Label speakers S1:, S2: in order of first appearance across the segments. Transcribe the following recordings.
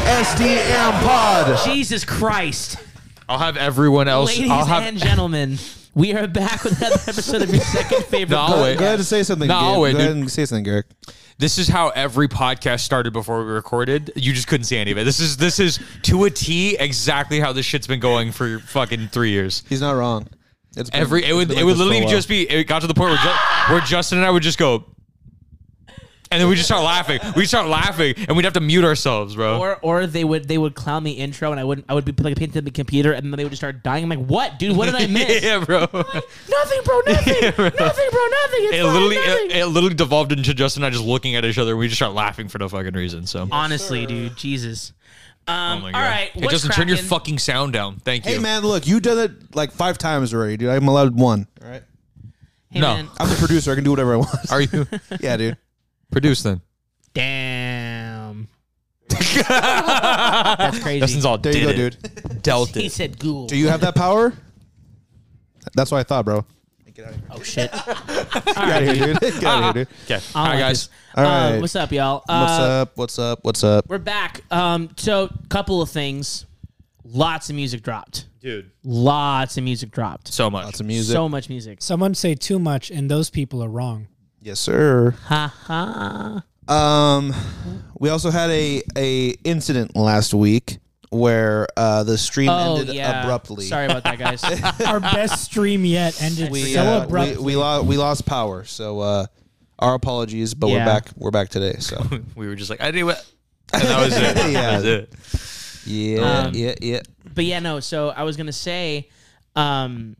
S1: SDM Pod.
S2: Jesus Christ.
S3: I'll have everyone else.
S2: Ladies
S3: I'll have
S2: and gentlemen, we are back with another episode of your second favorite.
S3: No, I'll wait.
S1: Go ahead and say something.
S3: No,
S1: Gabe.
S3: wait,
S1: Go
S3: dude.
S1: ahead and say something, Garrick.
S3: This is how every podcast started before we recorded. You just couldn't see any of it. This is this is to a T exactly how this shit's been going for fucking three years.
S1: He's not wrong. It's been-
S3: Every it would
S1: it's been
S3: it
S1: like
S3: would
S1: this for a
S3: literally
S1: while.
S3: just be it got to the point where Ju- where Justin and I would just go, and then we just start laughing. We start laughing, and we'd have to mute ourselves, bro.
S2: Or, or they would they would clown me intro and I wouldn't I would be like painting the computer and then they would just start dying. I'm like, what, dude? What did I miss?
S3: yeah, bro.
S2: Nothing, bro. Nothing.
S3: Yeah, bro.
S2: Nothing, bro. Nothing. It's
S3: It
S2: fine,
S3: literally uh,
S2: nothing.
S3: it, it literally devolved into Justin and I just looking at each other. and We just start laughing for no fucking reason. So.
S2: Honestly, dude, Jesus. Um,
S3: Oh my
S2: all
S3: God.
S2: right,
S3: Hey,
S2: what's
S3: Justin, turn your
S2: cracking?
S3: fucking sound down. Thank you.
S1: Hey man, look, you done it like five times already, dude. I'm allowed one. All right.
S2: Hey,
S3: No.
S2: man.
S1: I'm the producer. I can do whatever I want.
S3: Are you
S1: yeah, dude.
S3: produced then?
S2: Damn. That's crazy.
S3: Justin's all
S1: There
S3: Oh, did
S1: you go,
S3: it.
S1: dude.
S3: Dealt
S2: He
S3: it.
S2: said Google.
S1: Do you have that power? That's what I thought, bro.
S2: oh shit.
S1: Get out of here, dude. Get out of here, dude.
S2: I
S3: Okay.
S2: don't
S3: Hi
S2: like
S3: guys.
S2: this.
S1: All
S2: Uh,
S1: right.
S2: what's up, y'all?
S1: What's
S2: Uh,
S1: up? What's up? What's up?
S2: We're back. Um, so couple of things. Lots of music dropped.
S3: Dude.
S2: Lots of music dropped.
S3: So much.
S1: Lots of music.
S2: So much music.
S4: Someone say too much, and those people are wrong.
S1: yes, sir.
S2: Ha ha.
S1: Um, we also had a a incident last week where uh, the stream
S2: Oh
S1: ended
S2: yeah.
S1: abruptly.
S2: Sorry about that, guys.
S4: Our best stream yet ended
S1: we,
S4: so
S1: uh, we
S4: abruptly.
S1: we, lo- we lost power, so uh, our apologies, but we're
S2: Yeah.
S1: back. We're back today. So
S3: We were just like, I do it. And that was it. That was
S1: Yeah.
S3: it.
S1: yeah,
S2: Um,
S1: yeah, yeah.
S2: but yeah, no. So I was gonna say, um,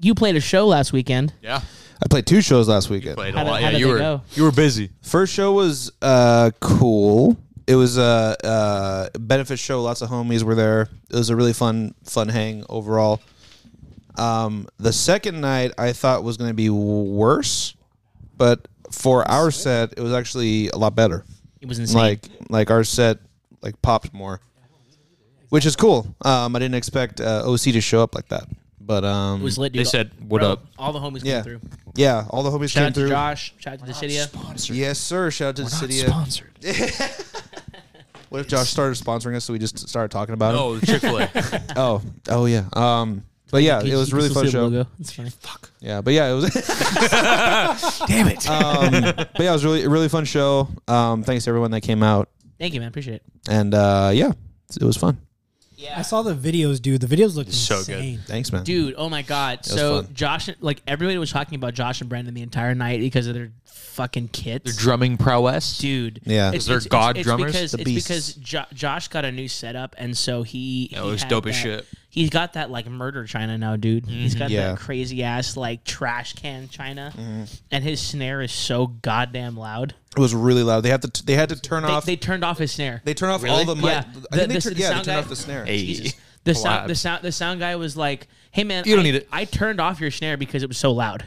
S2: you played a show last weekend.
S3: Yeah.
S1: I played two shows last weekend.
S3: Played a
S2: How did-
S3: lot.
S2: how
S3: yeah,
S2: did
S3: you
S2: they
S3: were
S2: go?
S3: you were busy.
S1: First show was uh cool. It was a uh, uh, benefit show. Lots of homies were there. It was a really fun fun hang overall. Um, the second night I thought was going to be worse, but for our set it was actually a lot better.
S2: It was insane.
S1: Like like our set like popped more, which is cool. Um, I didn't expect uh, OC to show up like that, but um,
S2: it was lit.
S3: They
S2: dude.
S3: said, "What
S2: Bro,
S3: up?"
S2: All the homies came
S1: yeah,
S2: through.
S1: yeah. All the homies
S2: Shout
S1: came
S2: out
S1: through.
S2: to Josh. Shout out to Decidia.
S1: Yes, sir. Shout out to the city. of-
S3: Sponsored.
S1: What if Josh started sponsoring us, so we just started talking about
S3: Oh, Chick Fil A.
S1: it? Oh, oh yeah. Um, but yeah, it was a really fun show.
S2: It's funny.
S1: Yeah, but yeah, it was.
S3: Damn it.
S1: Um, but yeah, it was really a really fun show. Um, thanks to everyone that came out,
S2: Thank you, man. Appreciate it.
S1: and uh, yeah, it was fun.
S4: I saw the videos, dude. The videos looked
S3: So good.
S4: insane.
S1: Thanks, man.
S2: Dude, oh my god.
S1: was
S2: So
S1: fun.
S2: Josh like everybody was talking about Josh and Brandon the entire night because of their fucking kits.
S3: Drumming prowess.
S2: Dude,
S1: Yeah.
S2: it's,
S3: They're
S2: it's-
S3: god
S2: it's, it's
S3: drummers?
S2: Because,
S1: The
S2: it's
S1: beasts.
S2: because jo- Josh got a new setup, and so he, he
S3: it was
S2: had
S3: dope as
S2: that-
S3: shit. Mm-hmm.
S2: He's got that like murder china now, dude. He's got
S1: Yeah. Mm-hmm.
S2: that crazy ass like trash can china, and his snare is so goddamn loud.
S1: It was really loud. They had to they had to turn
S2: They,
S1: off
S2: they
S1: they,
S2: turned off his snare.
S1: turned off
S3: Really?
S1: all the mic.
S2: Yeah.
S1: I think
S2: The-
S1: they
S2: the-
S1: turned,
S2: the
S1: yeah, they
S2: sound
S1: turned
S2: guy-
S1: off the snare.
S3: Hey.
S2: Jesus. The sound, the
S3: Collabs.
S2: sound, the sound guy was like, "Hey man,
S3: You don't
S2: I,
S3: need it."
S2: I turned off your snare because it was so loud."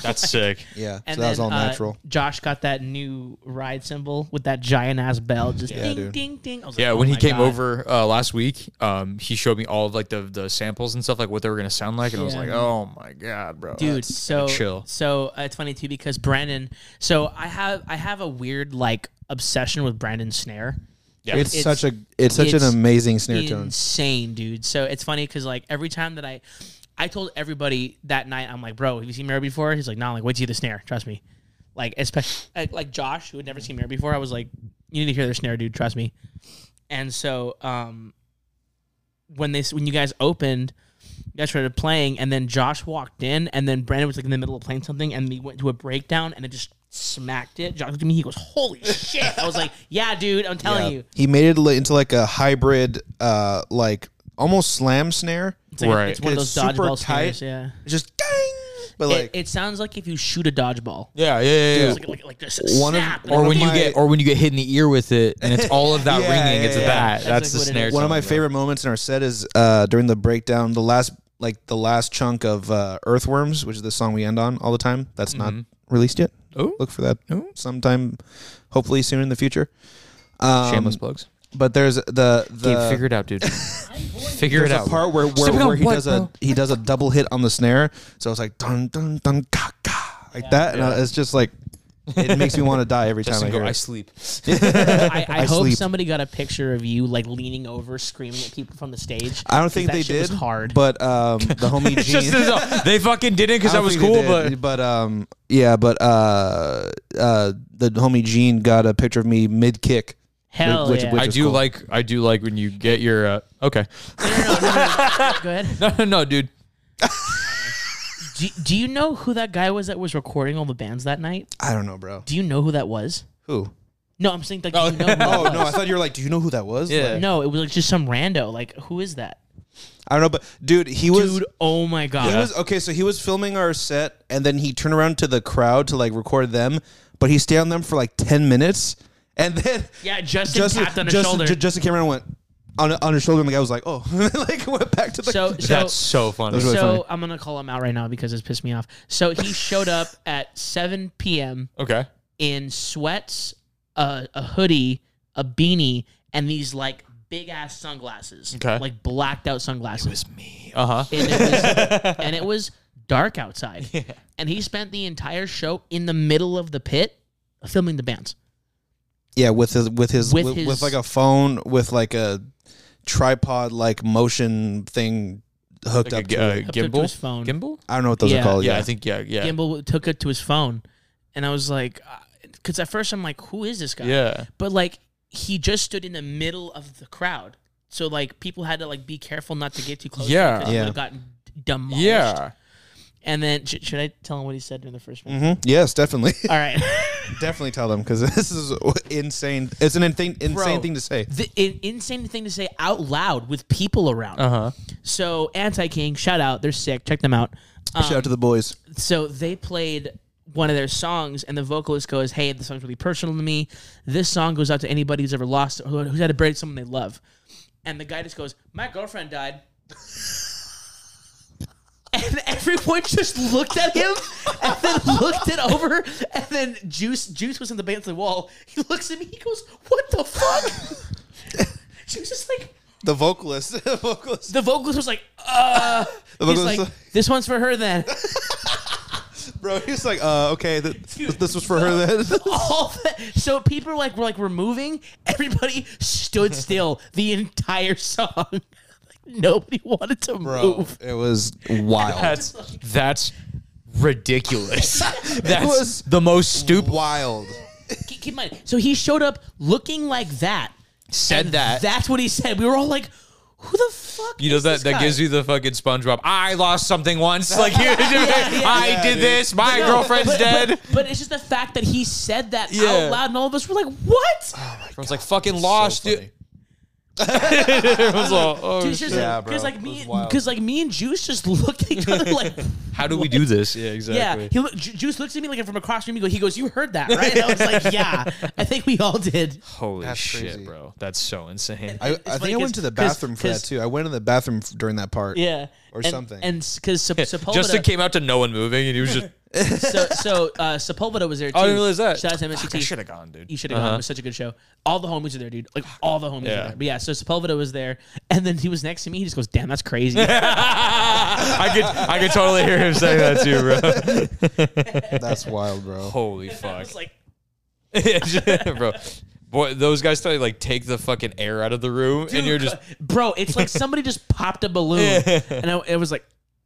S3: That's sick.
S1: Yeah, so
S2: And
S1: that was all
S2: then, uh,
S1: natural.
S2: Josh got that new ride symbol with that giant ass bell, just ding,
S1: dude.
S2: ding, ding. I was like,
S3: Yeah,
S2: "Oh
S3: when he
S2: my
S3: came
S2: God."
S3: over uh, last week, um, he showed me all of like the, the samples and stuff, like what they were gonna sound like, and I was
S2: Yeah.
S3: like, "Oh my god, bro,
S2: dude
S3: that's
S2: so
S3: kinda chill."
S2: so uh, it's funny too because brandon so i have i have a weird like obsession with brandon snare
S3: Yeah.
S1: it's,
S2: it's-
S1: such a it's such
S2: it's
S1: an amazing snare tone.
S2: insane dude so it's funny because like every time that i i told everybody that night i'm like bro have you seen mirror before he's like no nah, I'm like wait till you hear the snare trust me like especially like, like josh who had never seen mirror before i was like you need to hear their snare dude trust me and so um when this when you guys opened you guys started playing and then josh walked in and then brandon was like in the middle of playing something and we went to a breakdown and it just smacked it josh looked at me he goes holy shit i was like yeah dude i'm telling
S1: Yeah.
S2: you
S1: He made it li- into like a hybrid, uh, like almost slam snare.
S2: It's like-
S3: Right.
S2: It's one of
S1: It's
S2: those
S1: super
S2: dodgeball
S1: tight.
S2: snares. Yeah.
S1: Just dang, but
S2: It,
S1: like
S2: it sounds like if you shoot a dodgeball.
S3: yeah, yeah, yeah, yeah.
S2: It's like, like, like this
S1: One of-
S2: snap. and
S3: or
S2: I'm
S3: when you
S1: my-
S3: get or when you get hit in the ear with it and it's all of that
S1: Yeah,
S3: ringing
S1: yeah,
S3: it's
S1: yeah.
S2: That's
S3: that that's,
S2: like
S3: the
S2: what it
S3: snare
S2: is.
S1: one of
S3: tone,
S1: my
S3: bro.
S1: favorite moments in our set is uh, during the breakdown, the last like the last chunk of uh, Earthworms, which is the song we end on all the time. That's not
S3: Mm-hmm.
S1: released yet.
S3: Ooh.
S1: Look for that
S3: Ooh.
S1: sometime, hopefully soon in the future. Um,
S3: shameless plugs
S1: But there's the the
S3: Gabe, figure it out dude figure
S1: there's
S3: it
S1: a
S3: out
S1: part where where,
S3: Stepping on
S1: where he
S3: what,
S1: does
S3: bro?
S1: a he does a double hit on the snare. So uh, it's like dun dun dun ka ka like that, and I, it's just like It makes me want to die every time I
S3: Justin,
S1: hear
S3: go. I
S1: it.
S3: sleep.
S2: I, I,
S1: I
S2: hope
S1: sleep.
S2: somebody got a picture of you like leaning over, screaming at people from the stage.
S1: I don't think
S2: that
S1: they
S2: shit was
S1: did.
S2: hard.
S1: But um, the homie
S3: It's just
S1: Gene.
S3: they fucking did it because
S1: I
S3: that
S1: don't
S3: was
S1: think they
S3: cool, but
S1: did, but um, yeah, but uh, uh, the homie Gene got a picture of me mid kick.
S2: Hell
S1: which-
S2: yeah.
S1: which-
S3: I
S1: was
S3: do
S1: cool.
S3: like I do like when you get your uh, okay.
S2: Go ahead.
S3: No, no, no, dude.
S2: Do, do you know who that guy was that was recording all the bands that night?
S1: I don't know, bro.
S2: Do you know who that was?
S1: Who?
S2: No, I'm saying like, do you know who that
S1: Oh no, I
S2: was?
S1: thought you were like, do you know who that was? Like,
S2: No, it was like just some rando. Like, who is that?
S1: I don't know, but dude, he was.
S2: Dude, oh my god.
S1: He was okay, so he was filming our set, and then he turned around to the crowd to like record them, but he stayed on them for like ten minutes, and then
S2: yeah, Justin, tapped on his
S1: Justin,
S2: shoulder.
S1: Ju- Justin came around and went on on his shoulder, and the guy was like, "Oh," like went back to the.
S2: so, so
S3: That's so funny.
S1: really
S2: so
S1: funny.
S2: I'm gonna call him out right now because it's pissed me off. So he showed up at 7 p.m.
S3: okay.
S2: in sweats, a, a hoodie, a beanie, and these like big ass sunglasses,
S3: Okay.
S2: like blacked out sunglasses.
S3: Uh huh.
S2: and, it was, and it was dark outside, and he spent the entire show in the middle of the pit filming the bands.
S1: yeah, with his with his
S2: With
S1: with, with,
S2: his-
S1: like a phone with like a tripod like motion thing hooked up.
S3: Like
S1: to
S3: a, uh,
S1: it.
S2: Hooked up to
S3: gimbal.
S2: his phone.
S3: Gimbal.
S1: I don't know what those
S2: yeah.
S1: are called.
S3: yeah,
S1: Yeah,
S3: I think yeah, yeah,
S2: Gimbal took it to his phone, and I was like, because at first I'm like, who is this guy?
S3: yeah.
S2: But like he just stood in the middle of the crowd. So like people had to like be careful not to get too close. to him
S3: Yeah.
S2: 'cause he
S1: Yeah.
S2: would've gotten demolished.
S3: Yeah.
S2: And then sh- should I tell him what he said during the first round?
S1: Mhm. Yes, definitely,
S2: All right.
S1: definitely tell them because this is insane. It's an insane, insane
S2: Bro.
S1: thing to say.
S2: the in, insane thing to say out loud with people around.
S3: Uh huh.
S2: So Anti King, shout out, they're sick. Check them out. Um,
S1: Shout out to the boys.
S2: so they played one of their songs and the vocalist goes hey this song's really personal to me this song goes out to anybody who's ever lost who, who's had to bury someone they love and the guy just goes my girlfriend died and everyone just looked at him and then looked it over and then juice juice was in the band to the wall he looks at me he goes what the fuck she was just like
S1: The vocalist, the vocalist,
S2: the vocalist was like uh
S1: The
S2: he's
S1: vocalist-
S2: like this one's for her then
S1: bro. He was like, uh, okay, th- this was for her then.
S2: all the, so people like were like we're moving everybody stood still the entire song like nobody wanted to move
S1: It was wild.
S3: That's that's ridiculous. that's
S1: was
S3: the most stupid.
S1: wild.
S2: keep, keep in mind so he showed up looking like that
S3: Said
S2: And
S3: that.
S2: that's what he said we were all like who the fuck
S3: you know that that gives you the fucking SpongeBob. I lost something once. Like you, I
S1: yeah,
S3: did
S1: dude.
S3: this. My girlfriend's
S2: but,
S3: dead.
S2: but, but it's just the fact that he said that
S3: Yeah.
S2: out loud and all of us were like what
S3: Everyone's like fucking lost. dude. Everyone's all, oh,
S2: Dude, seriously,
S1: Yeah, bro.
S2: because like
S1: It
S2: me
S1: was wild.
S2: because like me and juice just looked at each other like
S3: how do we do this? Yeah, exactly.
S2: Yeah, he look, Ju- Juice looks at me like from across from me. Go, he goes, "You heard that, right?" And I was like, "Yeah, I think we all did."
S3: Holy
S1: That's
S3: shit,
S1: crazy.
S3: bro. That's so insane.
S1: I, I
S2: funny
S1: think I
S2: 'cause-
S1: went to the
S2: 'cause-
S1: bathroom for
S2: 'cause-
S1: that too. I went in the bathroom f- during that part.
S2: Yeah,
S1: Or
S2: And-
S1: something.
S2: And because Sepulveda,
S3: Justin came out to no one moving, and he was just.
S2: so, so uh, Sepulveda was there. Too.
S3: Oh, I didn't realize that.
S2: Shout out to MST.
S3: have gone, dude.
S2: You should have gone. It was such a good show. All the homies are there, dude. Like all the homies
S3: Yeah.
S2: are there. But yeah, so Sepulveda was there, and then he was next to me. He just goes, "Damn, that's crazy."
S3: I could, I could totally hear him saying that too, bro.
S1: That's wild, bro.
S3: Holy
S2: I
S3: fuck,
S2: was like,
S3: bro. Boy, those guys try to like take the fucking air out of the room, and you're just.
S2: bro, it's like somebody just popped a balloon, and I, it was like.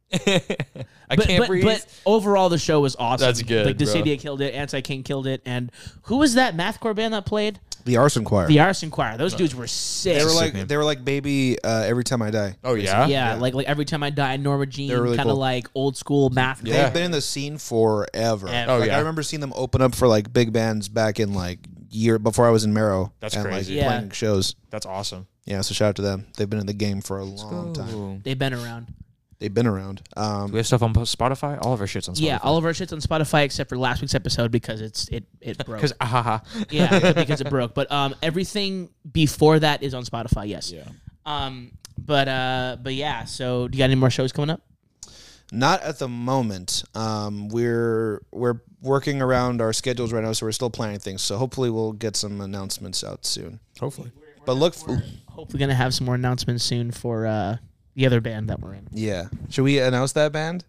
S3: I
S2: But,
S3: can't
S2: but,
S3: breathe.
S2: but overall, the show was awesome.
S3: That's good,
S2: Like
S3: bro.
S2: Dissidia killed it, Anti King killed it, and who was that mathcore band that played?
S1: The arson choir.
S2: The Arson Choir.
S3: Uh,
S2: Those dudes were sick.
S1: they were
S2: yeah,
S1: like they were like baby. Uh, every time I die,
S3: oh yeah,
S2: like like every time I die, Norma Jean,
S1: They're really
S2: kind of
S1: cool.
S2: like old school math.
S1: they've
S3: Yeah.
S1: been in the scene forever.
S2: Ever.
S3: Oh,
S1: like,
S3: yeah.
S1: I remember seeing them open up for like big bands back in like year before I was in Marrow.
S3: That's
S1: and,
S3: crazy.
S1: Like,
S2: Yeah.
S1: Playing shows.
S3: that's awesome.
S1: Yeah. So shout out to them. They've been in the game for a long time.
S2: They've been around.
S1: They've been around. Um,
S3: We have stuff on Spotify. All of our shits on Spotify.
S2: Yeah, all of our shit's on Spotify except for last week's episode because it's it it broke.
S3: because ahaha.
S2: yeah, because it broke. But um, everything before that is on Spotify. Yes.
S3: Yeah.
S2: Um, but uh, but yeah. So, do you got any more shows coming up?
S1: Not at the moment. Um, we're we're working around our schedules right now, so we're still planning things. So hopefully we'll get some announcements out soon.
S3: Hopefully,
S1: But look, f-
S2: Hopefully, gonna have some more announcements soon for uh the other band that we're in.
S1: yeah. Should we announce that band?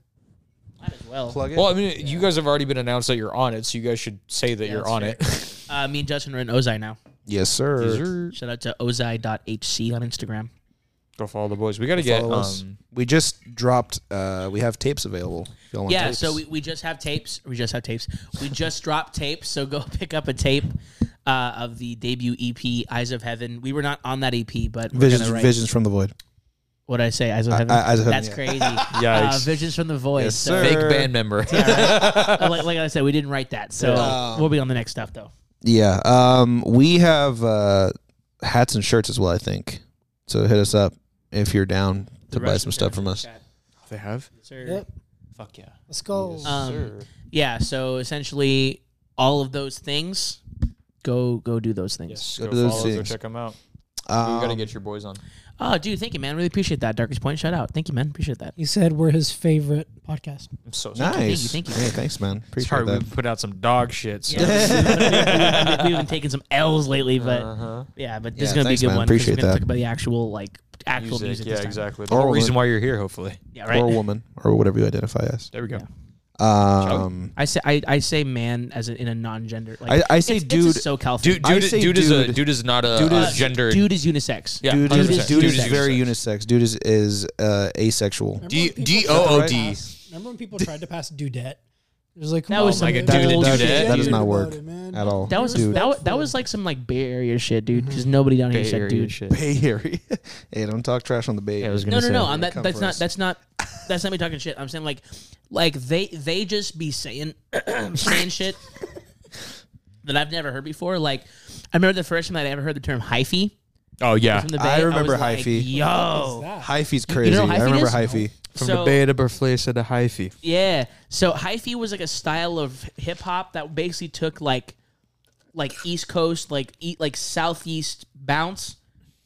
S2: well.
S1: plug it.
S5: Well, I mean, you guys have already been announced that you're on it, so you guys should say that you're
S2: that's
S5: on
S2: fair.
S5: it.
S2: Uh, me and Justin are in Ozai now.
S1: yes, sir.
S2: Shout out to ozai.hc on Instagram.
S5: Go follow the boys. We got to get.
S1: Follow us.
S5: Um,
S1: We just dropped. Uh, we have tapes available. If y'all want
S2: Yeah,
S1: tapes.
S2: so we, we just have tapes. We just have tapes. We just dropped tapes, so go pick up a tape uh, of the debut EP, Eyes of Heaven. We were not on that EP, but we're
S1: visions,
S2: gonna write-
S1: visions from the void.
S2: What'd I say? Eyes of Heaven?
S1: I- Eyes of Heaven,
S2: That's
S1: yeah.
S2: crazy. Uh,
S5: Yikes.
S2: Visions from the Void.
S1: Yes,
S2: so-
S1: sir.
S5: fake band member.
S2: Uh, like, like I said, we didn't write that, so we'll be on the next stuff though.
S1: Yeah. Um, we have uh, hats and shirts as well. I think so. Hit us up if you're down to buy some stuff from us.
S5: they have.
S4: Yep.
S5: Fuck yeah.
S4: Let's go.
S2: Um, Yeah. So essentially, all of those things. Go go do those things.
S5: Yes.
S1: Go
S5: Go,
S1: to those
S5: follow. Go
S1: things.
S5: check them out. we
S1: Um,
S5: got to get your boys on.
S2: Oh, dude, thank you, man. Really appreciate that. Darkest Point, shout out. Thank you, man. Appreciate that.
S4: He said we're his favorite podcast.
S5: I'm so sorry.
S1: nice.
S2: thank you, thank you.
S1: Yeah, thanks, man. Appreciate
S3: Sorry, we
S1: that.
S3: put out some dog shit. So.
S2: We've- We've been taking some L's lately, but
S5: Uh-huh.
S2: yeah, but this is
S1: Yeah,
S2: gonna
S1: thanks,
S2: be a good
S1: man.
S2: one. 'cause
S1: Appreciate
S2: we're gonna
S1: that.
S2: Talk about the actual like actual
S5: Music.
S2: music.
S5: yeah,
S2: this time.
S5: exactly. The
S1: Or
S5: whole
S1: we're-
S5: reason why you're here, hopefully.
S2: Yeah, right.
S1: Or woman, or whatever you identify as.
S5: There we go.
S2: Yeah.
S1: Um,
S2: I say I, I say man as a, in a non-gender. Like,
S1: I, I say,
S2: it's, it's a
S1: dude.
S2: SoCal thing.
S5: Dude,
S1: I
S5: dude,
S1: say
S5: dude, is a
S1: dude.
S5: dude is not a
S1: Dude
S5: uh,
S1: is-
S5: gender.
S2: dude is unisex.
S5: yeah,
S1: Dude, is,
S5: 100%.
S1: dude is
S2: unisex.
S1: very unisex. Dude is is uh, asexual.
S5: D-
S4: Remember
S5: D
S4: when people tried to
S5: O O D.
S4: pass- Remember when people tried to pass Dudette? It was like
S2: That
S4: come
S2: was
S4: on,
S2: some
S4: man.
S2: good
S1: That,
S5: Dude,
S1: that,
S5: dude,
S1: that,
S5: dude.
S1: that does
S4: Dude
S1: not
S4: about
S1: work
S4: it, man.
S1: at all.
S2: That was
S1: dude.
S2: that, wa- that was like some like Bay Area shit, dude. Because nobody down here
S5: Bay
S2: said
S5: Area
S2: dude.
S5: shit.
S1: Bay Area. hey, don't talk trash on the Bay.
S3: Yeah, I was
S1: Area.
S2: No,
S3: gonna
S2: no,
S3: say.
S2: no. I'm that,
S1: come
S2: that's
S1: for
S2: not
S1: us.
S2: that's not that's not me talking shit. I'm saying like like they they just be saying saying shit that I've never heard before. Like I remember the first time that I ever heard the term hyphy
S5: Oh yeah,
S2: from the Bay.
S1: I remember
S2: was like,
S1: hyphy.
S2: Yo.
S1: Hyphe's
S2: know
S1: crazy.
S2: what
S1: I
S2: hyphe
S1: remember
S2: is?
S1: hyphe.
S5: from
S2: so-
S5: the Bay to Berflay to the hyphy.
S2: Yeah. So hyphy was like a style of hip hop that basically took like like East Coast, like eat like southeast bounce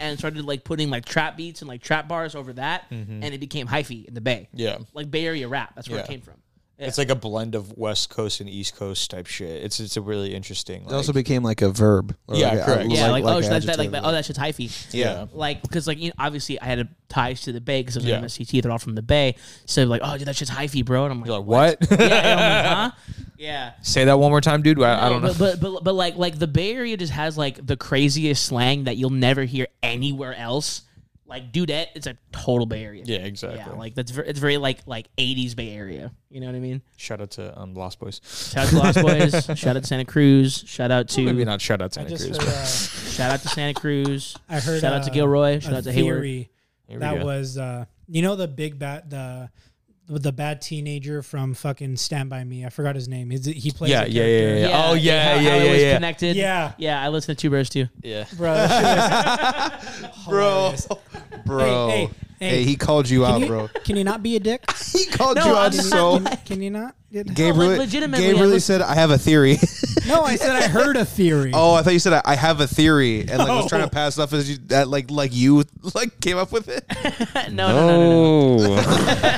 S2: and started like putting like trap beats and like trap bars over that and it became hyphy in the Bay.
S5: Yeah.
S2: Like Bay Area rap. That's where it
S5: Yeah.
S2: came from.
S5: It's like a blend of West Coast and East Coast type shit. It's it's a really interesting.
S1: It also became like a verb. or
S5: Yeah,
S1: like a-
S5: correct.
S2: Yeah, like,
S1: like
S2: oh,
S1: an
S2: so that, that, like
S1: adjective.
S2: that, oh, that shit's hyphy.
S5: Yeah.
S2: Like, because like you know, obviously I had a, ties to the Bay because I was
S5: Yeah.
S2: an MSCT. They're all from the Bay, so like, oh, dude, that shit's hyphy, bro. And I'm like,
S5: You're like what?
S2: yeah, and I'm like, huh? Yeah.
S5: Say that one more time, dude. I, I don't know.
S2: But, but but but like like the Bay Area just has like the craziest slang that you'll never hear anywhere else. Like dudette, it's a total Bay Area.
S5: yeah, exactly.
S2: Yeah, like that's very, it's very like like '80s Bay Area. You know what I mean?
S5: shout out to um, Lost Boys.
S2: Shout out to Lost Boys. shout out to Santa Cruz. Shout out to
S5: Maybe not shout out to
S4: I
S5: Nick
S4: just
S5: Cruz.
S4: heard,
S5: but-
S4: uh,
S2: shout out to Santa Cruz.
S4: I heard
S2: shout out to
S4: uh,
S2: Gilroy.
S4: a
S2: Shout out to Hayward.
S4: theory
S5: Here we
S4: that
S5: go.
S4: was uh, you know the big bad the the bad teenager from fucking Stand by Me. I forgot his name. Is it, he plays?
S5: Yeah,
S4: a
S5: yeah, yeah,
S4: character.
S5: yeah. Oh yeah,
S2: how,
S5: yeah,
S2: how it
S5: yeah,
S2: was
S5: yeah. Eh,
S2: Connected.
S4: Yeah.
S2: yeah. I listened to Two Bros too.
S5: yeah.
S4: Bro, that shit was hilarious.
S1: bro.
S4: Hey, hey,
S1: Hey,
S4: hey.
S1: he called you out,
S4: Can you-
S1: bro.
S4: Can you not be a dick?
S1: He called
S2: No,
S1: you
S2: I'm
S1: out
S2: not-
S1: so.
S4: Can you not?
S1: Gabe
S2: like,
S1: really,
S2: legitimately,
S1: Gabe
S2: I
S1: really
S2: look-
S1: said, "I have a theory."
S4: No, I said I heard a theory.
S1: oh, I thought you said, "I, I have a theory," and like was
S4: No.
S1: trying to pass it off as you, that like like you like came up with it.
S2: no, no, no, no, no.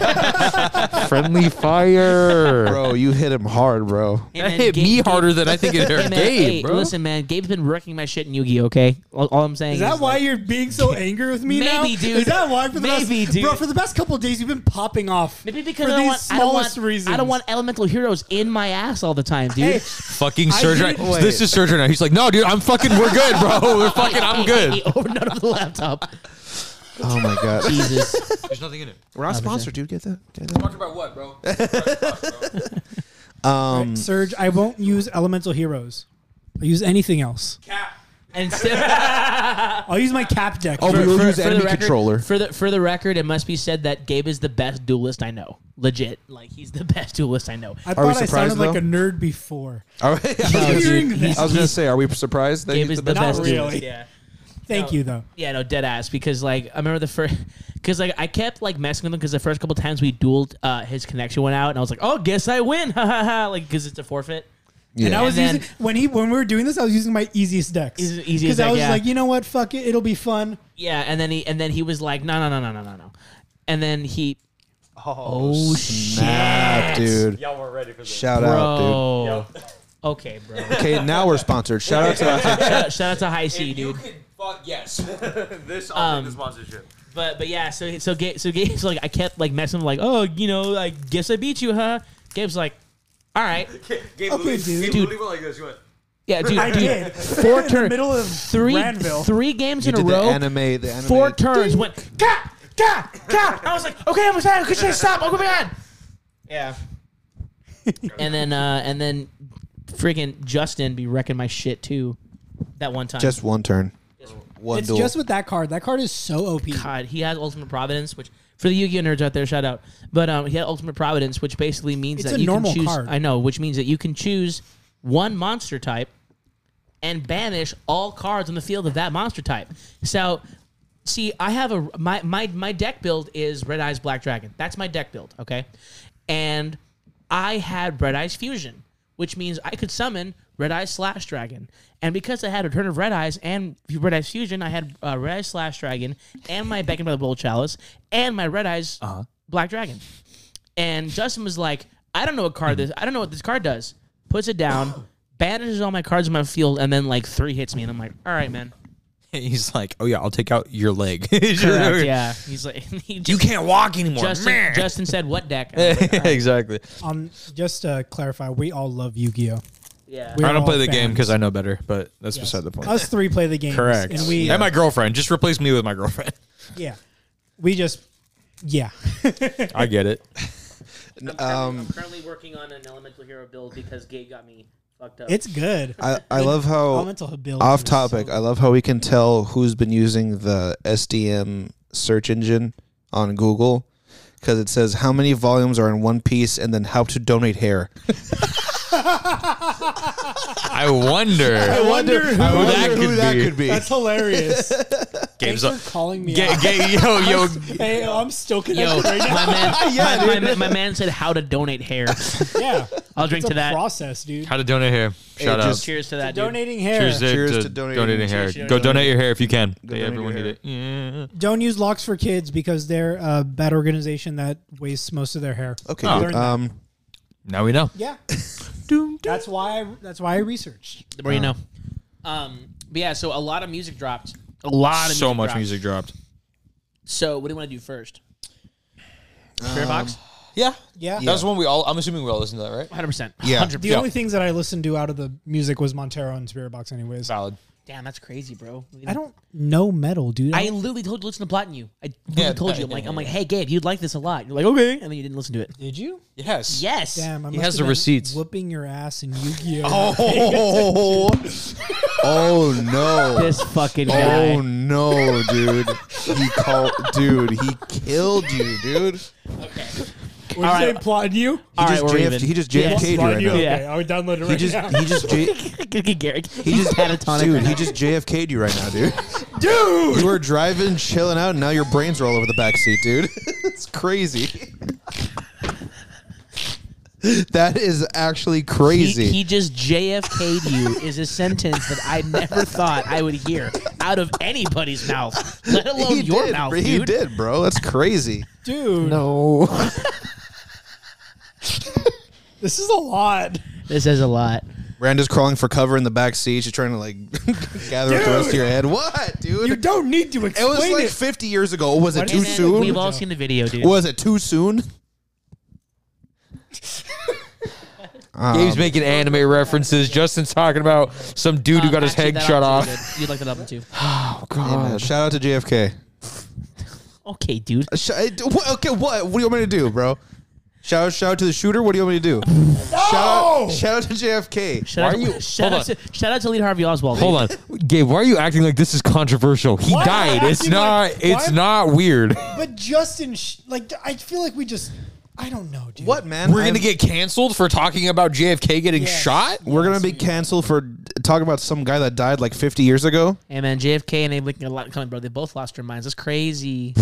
S5: Friendly fire.
S1: bro, you hit him hard, bro.
S2: Hey,
S5: That
S2: man,
S5: hit
S2: Gabe-
S5: me
S2: Gabe-
S5: harder than I think it
S2: Hey,
S5: hurt
S2: man, hey,
S5: Gabe, bro.
S2: Listen, man, Gabe's been wrecking my shit in Yu Gi Oh. Okay, all, all I'm saying
S4: Is
S2: is,
S4: that
S2: like-
S4: why you're being so angry with me now?
S2: Maybe, dude.
S4: Is that why for the
S2: Maybe,
S4: last,
S2: dude.
S4: bro? For the past couple of days, you've been popping off.
S2: Maybe because
S4: for
S2: I don't
S4: these
S2: want, I don't
S4: smallest
S2: want,
S4: reasons.
S2: I don't want elemental heroes in my ass all the time, dude.
S4: Hey,
S5: fucking
S4: I
S5: surgeon.
S4: did-
S5: This is surgeon. He's like, no, dude, I'm fucking. We're good, bro. We're fucking. I'm good.
S2: Hey, over none of the laptop.
S1: Oh my god,
S2: Jesus.
S5: There's nothing in it.
S1: we're not sponsored, dude. Get that. Get that.
S5: Talking about what, bro?
S4: Surge. I won't use elemental heroes. I'll use anything else.
S2: And still,
S4: I'll use my cap deck.
S1: Oh,
S4: for-
S1: we will
S2: for,
S1: use
S2: for
S1: enemy
S2: the record,
S1: controller.
S2: For the for the record, it must be said that Gabe is the best duelist I know. Legit, like he's the best duelist I know.
S4: I
S1: we
S4: thought I
S1: surprised,
S4: sounded like
S1: though? Oh,
S4: a nerd before.
S1: All right. I was
S4: hearing
S1: gonna-
S4: this?
S1: I was gonna say, are we surprised that
S2: Gabe
S1: he's
S2: is the
S4: Not
S2: best
S4: really.
S2: duelist. Yeah.
S4: Thank you though.
S2: Yeah, no, dead ass. Because like I remember the first, because like I kept like messing with him because the first couple times we dueled, uh, his connection went out, and I was like, oh, guess I win, ha ha ha, like because it's a forfeit.
S1: Yeah.
S4: And I was
S2: And then-
S4: using when he when we were doing this, I was using my easiest decks.
S2: Eas- easiest
S4: I
S2: deck,
S4: was
S2: yeah.
S4: like, you know what, fuck it, it'll be fun.
S2: Yeah, and then he and then he was like, no, no, no, no, no, no, no, and then he, oh,
S1: Nah,
S2: shit,
S1: dude.
S5: Y'all were ready for this.
S1: Shout out,
S2: bro. Okay, bro.
S1: dude. Okay, now we're sponsored. Shout out to us.
S2: shout, shout out to High C, dude. Um,
S5: could fuck yes. this
S2: I'll take the
S5: sponsorship.
S2: But but yeah, so so Gabe so Gabe's like I kept like messing with him, like oh you know I guess I beat you huh Gabe's like, all right,
S3: Gabe
S4: Okay,
S3: literally-
S4: dude.
S3: Gabe
S2: Dude.
S3: literally went like this. He went,
S2: yeah, dude,
S4: I
S2: dude,
S4: did.
S2: four
S4: In the
S2: turns,
S4: middle of
S2: three,
S4: Granville.
S2: three games
S1: You
S2: in a
S1: did the
S2: row,
S1: anime. The anime.
S2: four turns went, God, God, God. I was like, okay, I'm excited. Could you stop? Oh my god. Yeah. and then, uh, and then, freaking Justin be wrecking my shit too. That one time,
S1: Just one turn. One
S4: It's
S1: duel.
S4: just with that card. That card is so OP.
S2: God, he has Ultimate Providence, which for the Yu-Gi-Oh nerds out there, shout out. But um, he had Ultimate Providence, which basically means
S4: It's
S2: that
S4: a
S2: you
S4: normal
S2: can choose.
S4: card.
S2: I know, which means that you can choose one monster type and banish all cards on the field of that monster type. So, see, I have a my my my deck build is Red Eyes Black Dragon. That's my deck build, okay? And I had Red Eyes Fusion, which means I could summon Red Eyes Slash Dragon. And because I had Return of Red Eyes and Red Eyes Fusion, I had uh, Red Eyes Slash Dragon and my Beckoned by the Bold Chalice and my Red Eyes
S4: Uh-huh.
S2: Black Dragon. And Justin was like, I don't know what card this I don't know what this card does. Puts it down, banishes all my cards in my field, and then like three hits me, and I'm like, all right, man.
S3: He's like, oh yeah, I'll take out your leg.
S2: Correct, yeah. He's like he
S3: You
S2: just,
S3: can't walk anymore,
S2: Justin,
S3: man.
S2: Justin said what deck? And I was like, all right,
S3: exactly.
S4: Um, just to clarify, we all love Yu-Gi-Oh.
S2: yeah.
S4: We're
S3: I don't play
S4: all
S3: the game
S4: fans.
S3: because I know better, but that's
S4: Yes.
S3: beside the point.
S4: Us three play the game.
S3: Correct.
S4: And we,
S5: uh,
S3: And my girlfriend. Just replace me with my girlfriend.
S4: yeah, we just, yeah.
S3: I get it.
S2: I'm,
S3: Um,
S2: currently,
S1: um,
S2: I'm currently working on an elemental hero build because Gabe got me fucked up.
S4: It's good.
S1: I, I love how
S4: Elemental ability.
S1: off
S4: is
S1: topic. I love how we can tell who's been using the SDM search engine on Google because it says how many volumes are in one piece and then how to donate hair.
S3: I wonder. I
S4: wonder who
S3: that could be.
S4: That's hilarious.
S3: Gabe's
S4: Thanks for calling me.
S3: Ga-
S4: out.
S3: ga- yo, yo.
S4: Hey, I'm still
S2: Yo,
S4: connected
S2: my
S4: right now.
S2: man, my, my, my man said how to donate hair.
S4: Yeah,
S2: I'll drink
S4: it's
S2: to
S4: a
S2: that.
S4: process, dude.
S3: How to donate hair. Shout out.
S1: just-
S2: Cheers to that. Dude.
S4: Donating hair.
S3: Cheers,
S1: Cheers
S3: to,
S1: to donating-
S3: donating hair.
S2: cheers to
S3: Go
S2: donating
S3: donate your hair if you can. They-
S1: donate
S3: everyone
S1: your
S3: did it. Yeah.
S4: Don't use locks for kids because they're a bad organization that wastes most of their hair.
S1: Okay.
S4: Oh.
S1: good.
S3: Uh,
S1: Um,
S3: Now we know.
S4: Yeah. that's why I that's why I researched.
S2: The more you know. Um, but yeah, so a lot of music dropped. A lot of
S3: So
S2: music
S3: much
S2: dropped.
S3: music dropped.
S2: So what do you want to do first?
S3: Um,
S2: Spirit box,
S5: Yeah.
S4: Yeah.
S5: That was one we all. I'm assuming we all listened to that, right?
S2: hundred percent.
S1: Yeah.
S4: The only things that I listened to out of the music was Montero and Spirit Box anyways.
S5: Valid.
S2: Damn, that's crazy, bro.
S4: I don't know metal, dude.
S2: I literally told you to listen to Plot and You. I literally
S5: Yeah,
S2: told you. I'm
S5: yeah,
S2: like,
S5: yeah,
S2: I'm like, hey, Gabe, you'd like this a lot. You're like, okay, and then you didn't listen to it.
S4: did you?
S5: Yes.
S2: Yes.
S4: Damn, I
S3: He
S4: must
S3: has
S4: have
S3: the
S4: been
S3: receipts.
S4: Whooping your ass in Yu-Gi-Oh.
S1: oh, oh no.
S2: This fucking guy.
S1: Oh no, dude. He called dude, he killed you, dude. He
S4: Were you
S2: right.
S4: saying plotting you?
S2: All right,
S1: just JFK
S2: we're even.
S1: he just
S2: Yes.
S1: JFK'd you right
S4: Plotting you?
S1: now.
S2: Yeah.
S4: Okay, I would download it right
S1: He just
S4: now.
S1: he just J-
S2: Garrick.
S1: he just
S2: had a tonic.
S1: Dude, he just JFK'd you right now, dude. Dude, you were driving, chilling out, and now your brains are all over the backseat, dude. it's crazy. that is actually crazy.
S2: He, he just JFK'd you is a sentence that I never thought I would hear out of anybody's mouth, let alone
S1: He
S2: your
S1: did,
S2: mouth,
S1: he
S2: dude.
S1: did, bro. That's crazy.
S4: Dude,
S1: No.
S4: this is a lot.
S2: This is a lot.
S1: Randa's crawling for cover in the back seat. She's trying to like gather up the rest of your head. What, dude?
S4: You don't need to
S1: it
S4: explain
S1: was like 50 years ago. Was it
S4: What
S1: too
S4: is it?
S1: soon?
S2: We've all seen the video, dude.
S1: Was it too soon?
S3: Gabe's making anime references. Justin's talking about some dude
S2: um,
S3: who got his head shut off. Oh,
S2: You'd like that up too.
S1: Amen. Uh, Shout out to JFK.
S2: Okay, dude.
S1: Sh- I- d- what- okay, what? What do you want me to do, bro? Shout out, shout out to the shooter. What do you want me to do? Shout, out,
S4: Oh!
S1: shout out to JFK.
S2: Shout out,
S3: Why are
S2: to,
S3: you-
S2: shout,
S3: hold
S2: out to, shout out to Lee Harvey Oswald.
S3: Hold on, Gabe. Why are you acting like this is controversial? He
S4: Why am I
S3: died. It's
S4: acting
S3: not.
S4: like- why
S3: it's
S4: am-
S3: not weird.
S4: But Justin, sh- like, I feel like we just, I don't know, dude.
S1: What, man?
S3: We're
S1: I'm-
S3: gonna get canceled for talking about JFK getting
S4: Yes.
S3: shot.
S1: We're gonna be canceled for d- talking about some guy that died like 50 years ago.
S2: Hey man, JFK and Abe Lincoln got a lot in common, bro. They both lost their minds. That's crazy.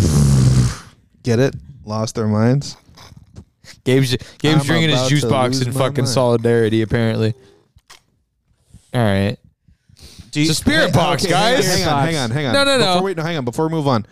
S1: Get it? Lost their minds.
S3: Gabe's
S1: I'm
S3: Gabe's drinking his
S1: about
S3: juice
S1: to
S3: box
S1: lose
S3: in
S1: my
S3: fucking
S1: mind.
S3: solidarity, apparently. All right.
S1: Do you,
S3: It's a spirit
S1: Hey,
S3: box,
S1: okay, hang-
S3: guys.
S1: Hang on, hang on, hang on.
S3: No, no, no.
S1: Before, wait, no, hang on. Before we move on,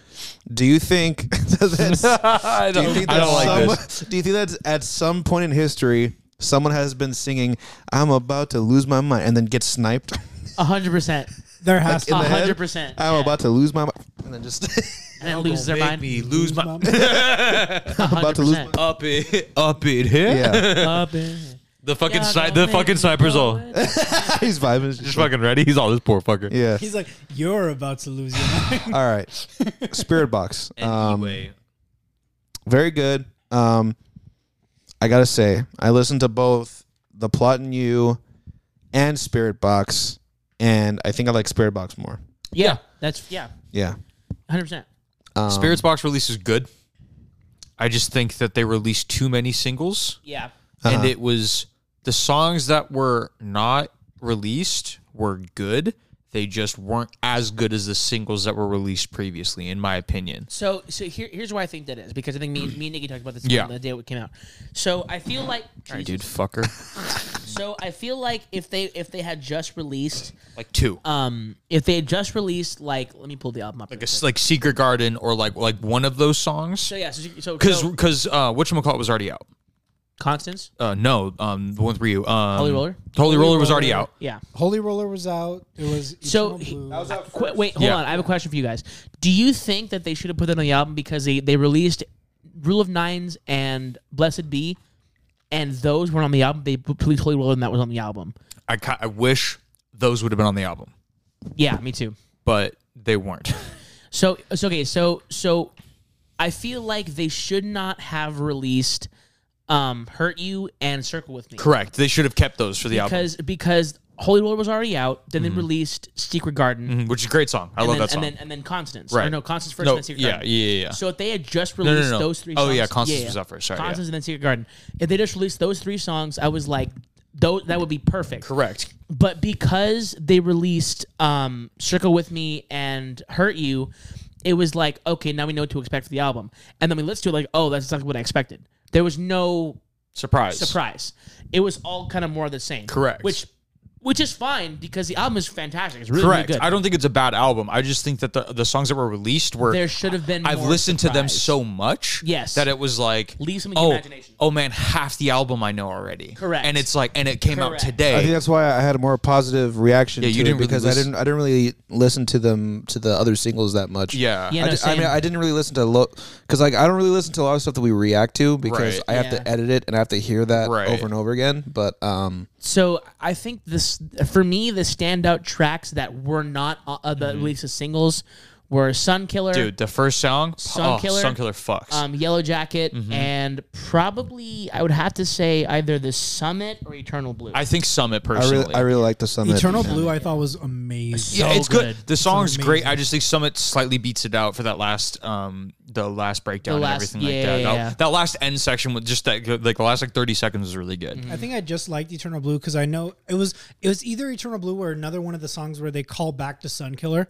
S1: do you think that
S3: I
S1: do you think
S3: I
S1: that
S3: don't like
S1: some,
S3: this.
S1: do you think that at some point in history someone has been singing "I'm about to lose my mind" and then get sniped?
S2: hundred percent.
S4: There has
S1: in
S4: to
S1: the head.
S2: 100%,
S1: I'm
S2: yeah.
S1: about to lose my mind. And then just
S2: and then loses their
S3: Make
S2: mind.
S3: me lose my
S2: I'm
S1: about to lose
S2: Oh,
S3: up it up it here.
S1: yeah,
S2: up in-
S3: The fucking
S2: Yeah,
S3: cy-
S2: don't
S3: the
S2: make
S3: fucking
S2: me
S3: cypher's
S2: go
S3: all
S2: in.
S1: he's vibing. He's
S3: just
S1: like-
S3: fucking ready. He's all this poor fucker.
S1: yeah.
S4: He's like, you're about to lose your mind.
S1: All right. Spirit box. Um,
S3: Anyway.
S1: very good. Um, I gotta say, I listened to both the plot and you, and Spirit Box, and I think I like Spirit Box more.
S2: Yeah, that's yeah,
S1: Yeah.
S2: 100. percent
S1: Um,
S3: Spirits Box release is good. I just think that they released too many singles.
S2: Yeah,
S1: Uh-huh.
S3: and it was the songs that were not released were good. They just weren't as good as the singles that were released previously, in my opinion.
S2: So so here, here's why I think that is because I think me, me and Nikki talked about this
S3: Yeah.
S2: on the day it came out. So I feel like
S3: Dude, fucker.
S2: So I feel like if they if they had just released
S3: like two.
S2: um if they had just released like let me pull the album up.
S3: Like, a s like Secret Garden or like like one of those songs.
S2: so yeah, so, so,
S3: Because
S2: so
S3: because uh, whatchamacallit was already out.
S2: Constance
S3: Uh, no, um, the one with Ryu. Um,
S2: Holy Roller?
S3: Holy Roller was already
S4: Roller.
S3: out.
S2: Yeah.
S4: Holy Roller was out. It was
S2: So
S4: Eternal
S2: he-
S4: Blue.
S2: Qu- wait, hold
S3: Yeah.
S2: on. I have a question for you guys. Do you think that they should have put that on the album because they they released Rule of Nines and Blessed Be, and those weren't on the album. They put Please Holy Roller and that was on the album.
S3: I ca- I wish those would have been on the album,
S2: Yeah, me too.
S3: but they weren't.
S2: So, so okay, so so I feel like they should not have released um Hurt You and Circle with Me.
S3: Correct. They should have kept those for the album,
S2: Because because Holy Roller was already out, then
S3: Mm-hmm.
S2: they released Secret Garden.
S3: Mhm, which is a great song. I
S2: And
S3: love
S2: then,
S3: that song.
S2: and then and then Constance. Or
S3: Right.
S2: no, Constance first
S3: No,
S2: and then Secret
S3: yeah,
S2: Garden.
S3: yeah, yeah, yeah.
S2: So if they had just
S3: no,
S2: released
S3: no.
S2: those three
S3: Oh,
S2: songs.
S3: yeah, Constance was up first. Sorry, yeah.
S2: Constance and then Secret Garden. If they just released those three songs, I was like, though that would be perfect.
S3: Correct.
S2: but because they released um circle with me and hurt you it was like okay now we know what to expect for the album and then we listened to it like oh that's exactly what i expected there was no
S3: Surprise.
S2: surprise it was all kind of more of the same
S3: Correct.
S2: which which is fine because the album is fantastic it's really, really
S3: Correct.
S2: good
S3: I don't think it's a bad album. I just think that the the songs that were released were.
S2: there should have been
S3: I've
S2: more
S3: listened to them
S2: surprise.
S3: so much,
S2: Yes.
S3: that it was like
S2: Leave something to
S3: oh,
S2: imagination.
S3: Oh man, half the album I know already.
S2: Correct.
S3: And it's like, and it came
S2: Correct.
S3: out today.
S1: I think that's why I had a more positive reaction.
S3: Yeah, you
S1: to it
S3: didn't really
S1: because I
S3: listen-
S1: didn't. I didn't really listen to them to the other singles that much.
S3: yeah.
S2: Yeah.
S1: I,
S2: no,
S1: di- I mean,
S2: same.
S1: I didn't really listen to low because like I don't really listen to a lot of stuff that we react to because
S3: Right.
S1: I have
S2: Yeah.
S1: to edit it and I have to hear that
S3: Right.
S1: over and over again. But um,
S2: so I think this for me the standout tracks that were not uh, uh, the release of singles were Sun Killer,
S3: Mm-hmm. Dude, the first song,
S2: Sun
S3: oh,
S2: Killer.
S3: Sun Killer fucks.
S2: um, Yellow Jacket,
S3: Mm-hmm.
S2: and probably I would have to say either the Summit or Eternal Blue.
S3: I think Summit
S1: I
S3: personally.
S1: really, I really like the summit.
S4: Eternal Blue, I thought was amazing.
S3: yeah,
S2: so
S3: it's
S2: good.
S3: good. The song's
S4: amazing.
S3: great. I just think Summit slightly beats it out for that last, um, the last breakdown
S2: last-
S3: and everything
S2: yeah,
S3: like that.
S2: yeah,
S3: that.
S2: yeah.
S3: that last end section with just that, like the last like thirty seconds was really good.
S2: Mm-hmm.
S4: I think I just liked Eternal Blue because I know it was it was either Eternal Blue or another one of the songs where they call back to Sun Killer.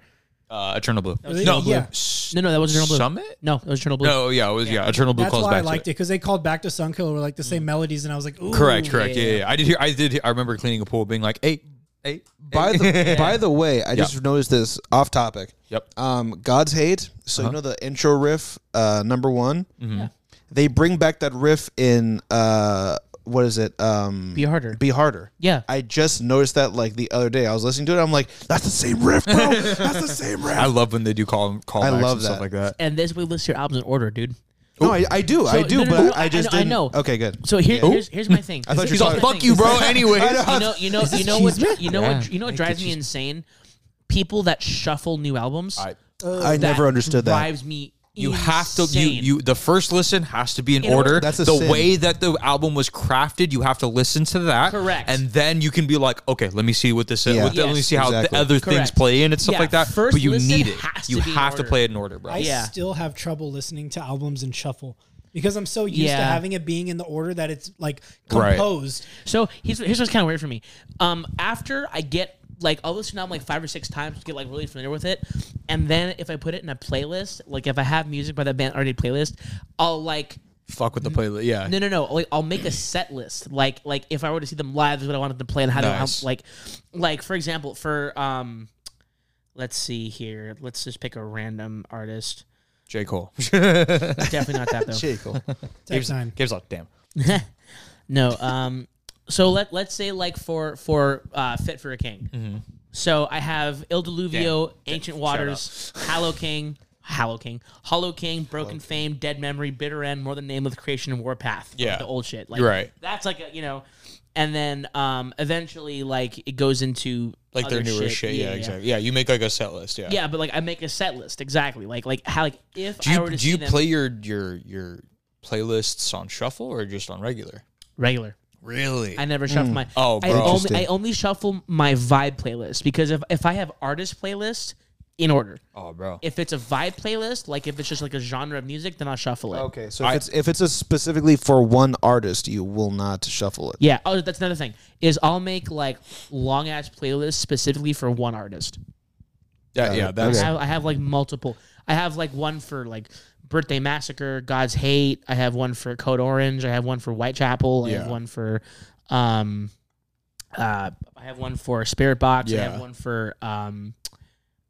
S3: Uh, Eternal Blue.
S4: was
S3: No,
S4: Eternal Blue.
S3: yeah. S-
S2: no, no, that was Eternal Blue.
S3: Summit.
S2: No, that was Eternal Blue.
S3: No, yeah, it was yeah. Eternal Blue
S4: That's
S3: calls
S4: why
S3: back.
S4: I
S3: to
S4: liked
S3: it.
S4: it because they called back to Sun Killer with like the same melodies, and I was like, Ooh,
S3: Correct, correct. Yeah, yeah, yeah. I did hear. I did. Hear, I remember cleaning a pool, being like, "Hey, hey."
S1: By the by the way, I just noticed this off topic.
S3: Yep. Uh-huh.
S1: Um, God's hate. So you know the intro riff, uh, number one.
S3: Mm-hmm.
S1: They bring back that riff in uh, what is it? Um,
S2: Be harder.
S1: Be harder.
S2: Yeah.
S1: I just noticed that like the other day. I was listening to it. I'm like, that's the same riff, bro. that's the same riff.
S3: I love when they do call callbacks
S1: I love
S3: and stuff
S1: that.
S3: like that.
S2: and this we list your albums in order, dude.
S1: No, I, I do, I
S2: So-
S1: do,
S2: no, no,
S1: but
S2: no,
S1: I
S2: I
S1: just
S2: know- I
S1: didn't.
S2: know.
S1: Okay, good.
S2: So here, here's here's my thing.
S1: I thought
S2: Here's
S1: you
S3: He's
S1: were
S2: my
S3: all,
S1: talking-
S2: thing.
S3: "Fuck you, bro." Anyway,
S2: You know, you know, you know what, you know
S3: Yeah.
S2: what, you know what drives me insane? People that shuffle new albums.
S3: I-
S1: I
S2: that
S1: never understood that.
S2: Drives me.
S3: you have to you
S2: insane.
S3: you the first listen has to be in,
S2: In
S3: order.
S2: order.
S1: That's a
S3: the
S1: sin.
S3: way that the album was crafted. You have to listen to that,
S2: Correct.
S3: And then you can be like, okay, let me see what this is.
S1: Yeah.
S3: what the- let me
S2: Yes.
S3: see how
S1: Exactly.
S3: the other things
S2: Correct.
S3: play in and stuff
S2: Yeah,
S3: like that.
S2: first
S3: but you
S2: listen
S3: need it.
S2: has to
S3: you
S2: be in
S3: have to
S2: order.
S3: play it in order, bro.
S4: I
S2: Yeah.
S4: still have trouble listening to albums in shuffle because I'm so used to
S2: Yeah.
S4: having it being in the order that it's like
S3: Right.
S4: composed.
S2: So here's, here's what's kind of weird for me. Um, after I get like I'll listen to them like five or six times to get like really familiar with it, and then if I put it in a playlist, like if I have music by that band already playlist, I'll like
S3: Fuck with the playlist. Yeah,
S2: no no no like I'll make a set list like like if I were to see them live, this is what I wanted to play and how
S3: Nice.
S2: to how, like like for example for um, let's see here, let's just pick a random artist.
S3: J Cole.
S2: Definitely not that though.
S4: Type time.
S3: Gives up. Damn.
S5: Mm-hmm.
S2: No. Um. So let let's say like for for uh, Fit for a King, So I have Il Diluvio, Ancient Waters, Hallow King, Hallow King, Hollow King, Broken Fame, Dead Memory, Bitter End, More Than Nameless, Creation, and Warpath. Like
S5: Yeah.
S2: the old shit. Like
S3: You're right.
S2: That's like a, you know, and then um eventually like it goes into
S5: like their
S2: other
S5: newer shit. Yeah, exactly. Yeah, you make like a set list. Yeah.
S2: Yeah, but like I make a set list exactly. Like like how like if
S3: Do
S2: I
S3: you-
S2: were to
S3: do
S2: see
S3: you
S2: them
S5: Play your your your playlists on shuffle or just on regular.
S2: regular.
S3: Really?
S2: I never shuffle my.
S5: Oh,
S2: I
S5: bro.
S2: only, I only shuffle my vibe playlist because if if I have artist playlist in order.
S5: Oh, bro.
S2: If it's a vibe playlist, like if it's just like a genre of music, then I'll shuffle it.
S1: Okay, so if it's if it's a specifically for one artist, you will not shuffle it.
S2: Yeah. Oh, that's another thing. Is I'll make like long ass playlists specifically for one artist.
S5: Yeah, yeah. That's
S2: I, have, I have like multiple. I have like one for like Birthday Massacre, God's Hate. I have one for Code Orange. I have one for Whitechapel. I have
S5: Yeah.
S2: one for, um, uh, I have one for Spirit Box. I
S5: Yeah.
S2: have one for um,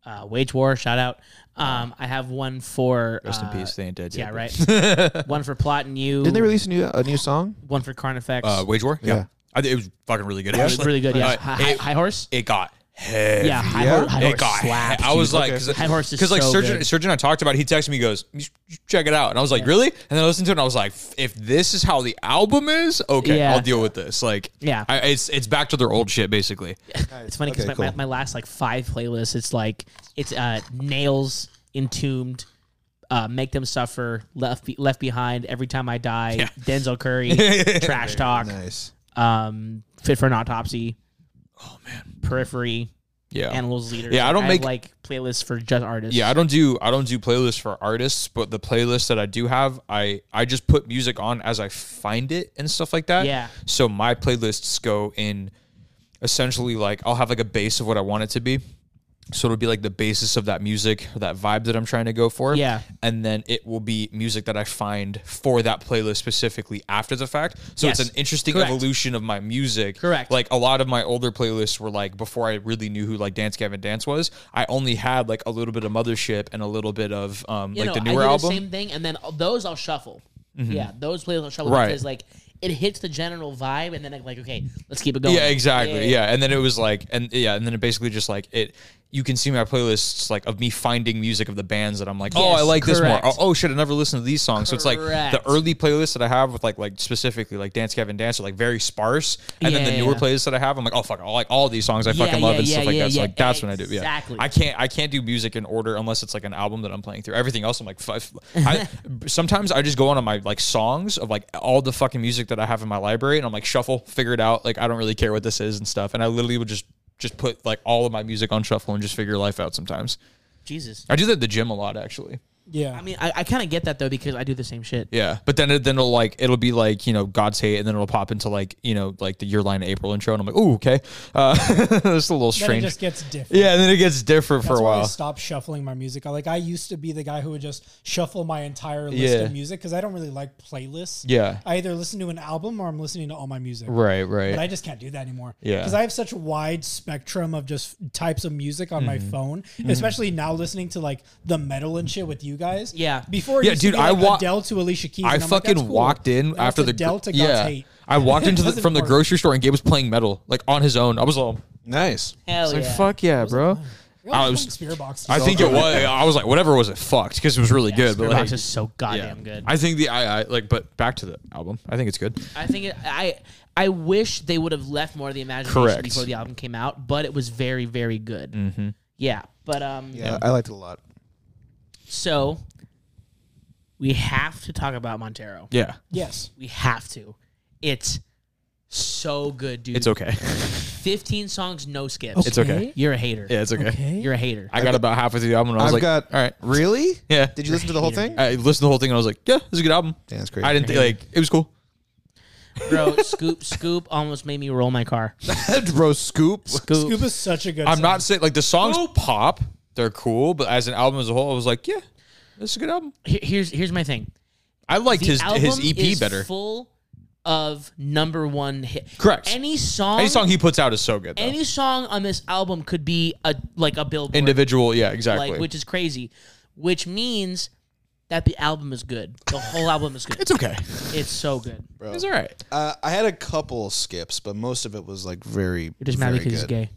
S2: uh, Wage War. Shout out. Um, I have one for
S5: rest in
S2: uh,
S5: peace. They ain't dead.
S2: Yeah,
S5: yet.
S2: right. one for Plot and You.
S1: Didn't they release a new a new song?
S2: one for Carnifex?
S3: Uh, Wage War? Yeah.
S1: Yeah.
S3: I think it was fucking really good.
S2: It was
S3: actually.
S2: really good. Yeah.
S3: Uh,
S2: Hi- hi-
S3: it,
S2: high horse.
S3: it got heavy.
S2: Yeah, high,
S1: yeah.
S2: Horse, high
S3: It
S2: horse.
S3: got
S2: slaps,
S3: he- I was
S2: dude.
S3: like,
S2: High horse is
S3: because like
S2: so
S3: surgeon,
S2: good.
S3: surgeon I talked about, it, he texted me, he goes, "You should- you should check it out, and I was like, really? And then I listened to it, and I was like, if this is how the album is, okay,
S2: Yeah.
S3: I'll deal with this. Like,
S2: Yeah.
S3: I, it's it's back to their old shit basically.
S2: It's funny because
S1: Okay,
S2: my, my,
S1: cool.
S2: my last like five playlists, it's like it's uh nails, entombed, uh, make them suffer, left Be- left behind, every time I die, Denzel Curry, trash talk,
S1: Nice.
S2: um, fit for an autopsy. Oh man, periphery,
S3: Yeah,
S2: animals leader.
S3: Oh. Yeah, I don't
S2: have,
S3: make-
S2: like playlists for just artists.
S3: yeah. I don't do I don't do playlists for artists, but the playlists that I do have, I I just put music on as I find it and stuff like that.
S2: Yeah.
S3: So my playlists go in essentially like I'll have like a base of what I want it to be. So it'll be like the basis of that music, or that vibe that I'm trying to go for.
S2: Yeah.
S3: And then it will be music that I find for that playlist specifically after the fact. So
S2: Yes.
S3: it's an interesting
S2: Correct.
S3: evolution of my music.
S2: Correct.
S3: Like a lot of my older playlists were like before I really knew who like Dance Gavin Dance was, I only had like a little bit of Mothership and a little bit of um
S2: you
S3: like
S2: know,
S3: the
S2: I do
S3: newer album. Mm-hmm.
S2: the same thing, and then those I'll shuffle. Yeah, those playlists I'll shuffle
S3: Right.
S2: because like it hits the general vibe, and then I'm like, okay, let's keep it going.
S3: Yeah, exactly. Yeah, and then it was like, and yeah, and then it basically just like it. You can see my playlists like of me finding music of the bands that I'm like, oh,
S2: Yes,
S3: I like this more.
S2: correct.
S3: Oh, oh shit, I never listened to these songs. So it's like the
S2: Correct.
S3: early playlists that I have with like like specifically like Dance Gavin Dance are like very sparse, and then
S2: Yeah,
S3: the
S2: yeah,
S3: newer
S2: yeah.
S3: playlists that I have, I'm like, oh fuck, I like all these songs I
S2: Yeah,
S3: fucking love
S2: yeah,
S3: and stuff
S2: yeah,
S3: like
S2: yeah,
S3: that. So
S2: yeah.
S3: like that's when I do. Yeah,
S2: Exactly.
S3: I can't I can't do music in order unless it's like an album that I'm playing through. Everything else, I'm like, f- I, sometimes I just go on to my like songs of like all the fucking music that I have in my library, and I'm like shuffle, figure it out. Like I don't really care what this is and stuff, and I literally would just just put like all of my music on shuffle and just figure life out. Sometimes
S2: Jesus.
S3: I do that at the gym a lot actually.
S4: Yeah.
S2: I mean, I, I kind of get that though because I do the same shit.
S3: Yeah, but then it, then it'll like it'll be like you know God's hate, and then it'll pop into like you know like the Your Line April intro, and I'm like, ooh, okay, uh, it's a little
S4: then it
S3: strange.
S4: just gets different.
S3: yeah, and then it gets different for
S4: That's
S3: a
S4: why I
S3: while.
S4: stopped shuffling my music. I like I used to be the guy who would just shuffle my entire list
S3: Yeah.
S4: of music because I don't really like playlists.
S3: Yeah.
S4: I either listen to an album or I'm listening to all my music.
S3: Right, right.
S4: But I just can't do that anymore.
S3: Yeah.
S4: Because I have such a wide spectrum of just types of music on my
S3: Mm-hmm.
S4: phone, especially now listening to like the metal and shit with you guys.
S2: Yeah.
S4: Before, it
S3: Yeah,
S4: used to
S3: dude,
S4: be, like,
S3: I wa-
S4: Adele to Alicia Keys.
S3: I
S4: and I'm like,
S3: fucking
S4: that's cool.
S3: walked in
S4: Now
S3: after
S4: it's
S3: the gr-
S4: Adele to God's
S3: yeah.
S4: hate.
S3: I walked into the,
S4: That's
S3: from the
S4: important.
S3: grocery store and Gabe was playing metal like on his own. I was all
S1: Nice.
S2: Hell
S3: like,
S2: yeah.
S3: "Fuck yeah, bro!" I
S4: I
S3: was-
S4: was spear box.
S3: I think it was. I was like, "Whatever was it fucked?" Because it was really good. But
S2: Spirit
S3: like,
S2: Box is so
S3: yeah.
S2: goddamn good. I,
S3: I think the I, I like, but back to the album. I think it's good.
S2: think it, I I wish they would have left more of the imagination
S3: Correct.
S2: before the album came out, but it was very very good. Mm-hmm. Yeah, but um,
S1: Yeah, I liked it a lot.
S2: so we have to talk about Montero.
S3: Yeah,
S4: Yes.
S2: We have to. It's so good, dude.
S3: it's okay.
S2: Fifteen songs, no skips.
S3: It's okay.
S2: You're a hater.
S3: Yeah, it's okay.
S2: You're a hater.
S3: I got about halfway through the album and I was
S1: I've
S3: like,
S1: got.
S3: "All right."
S1: Really?
S3: Yeah.
S1: Did you listen to the whole thing?
S3: I listened to the whole thing and I was like, "Yeah, it's a good album."
S1: Yeah, that's crazy.
S3: I didn't think like it was cool.
S2: Bro, scoop, scoop almost made me roll my car.
S1: Bro, scoop.
S2: Scoop.
S4: Scoop is such a good.
S3: I'm
S4: song.
S3: not saying like the songs pop; they're cool, but as an album as a whole, I was like, "Yeah, it's a good album."
S2: Here- Here's here's my thing.
S3: I liked
S2: the
S3: his
S2: album
S3: his EP
S2: is
S3: better.
S2: Full of number one hit.
S3: Correct.
S2: Any song,
S3: Any song he puts out is so good. Though.
S2: any song on this album could be a like a billboard,
S3: Individual, yeah,
S2: like
S3: exactly.
S2: which is crazy, which means that the album is good. The whole album is good.
S3: it's okay.
S2: It's so good. You're
S3: It's all right.
S1: Uh, I had a couple skips, but most of it was like very.
S2: just mad
S1: very
S2: because he's
S1: good.
S2: gay.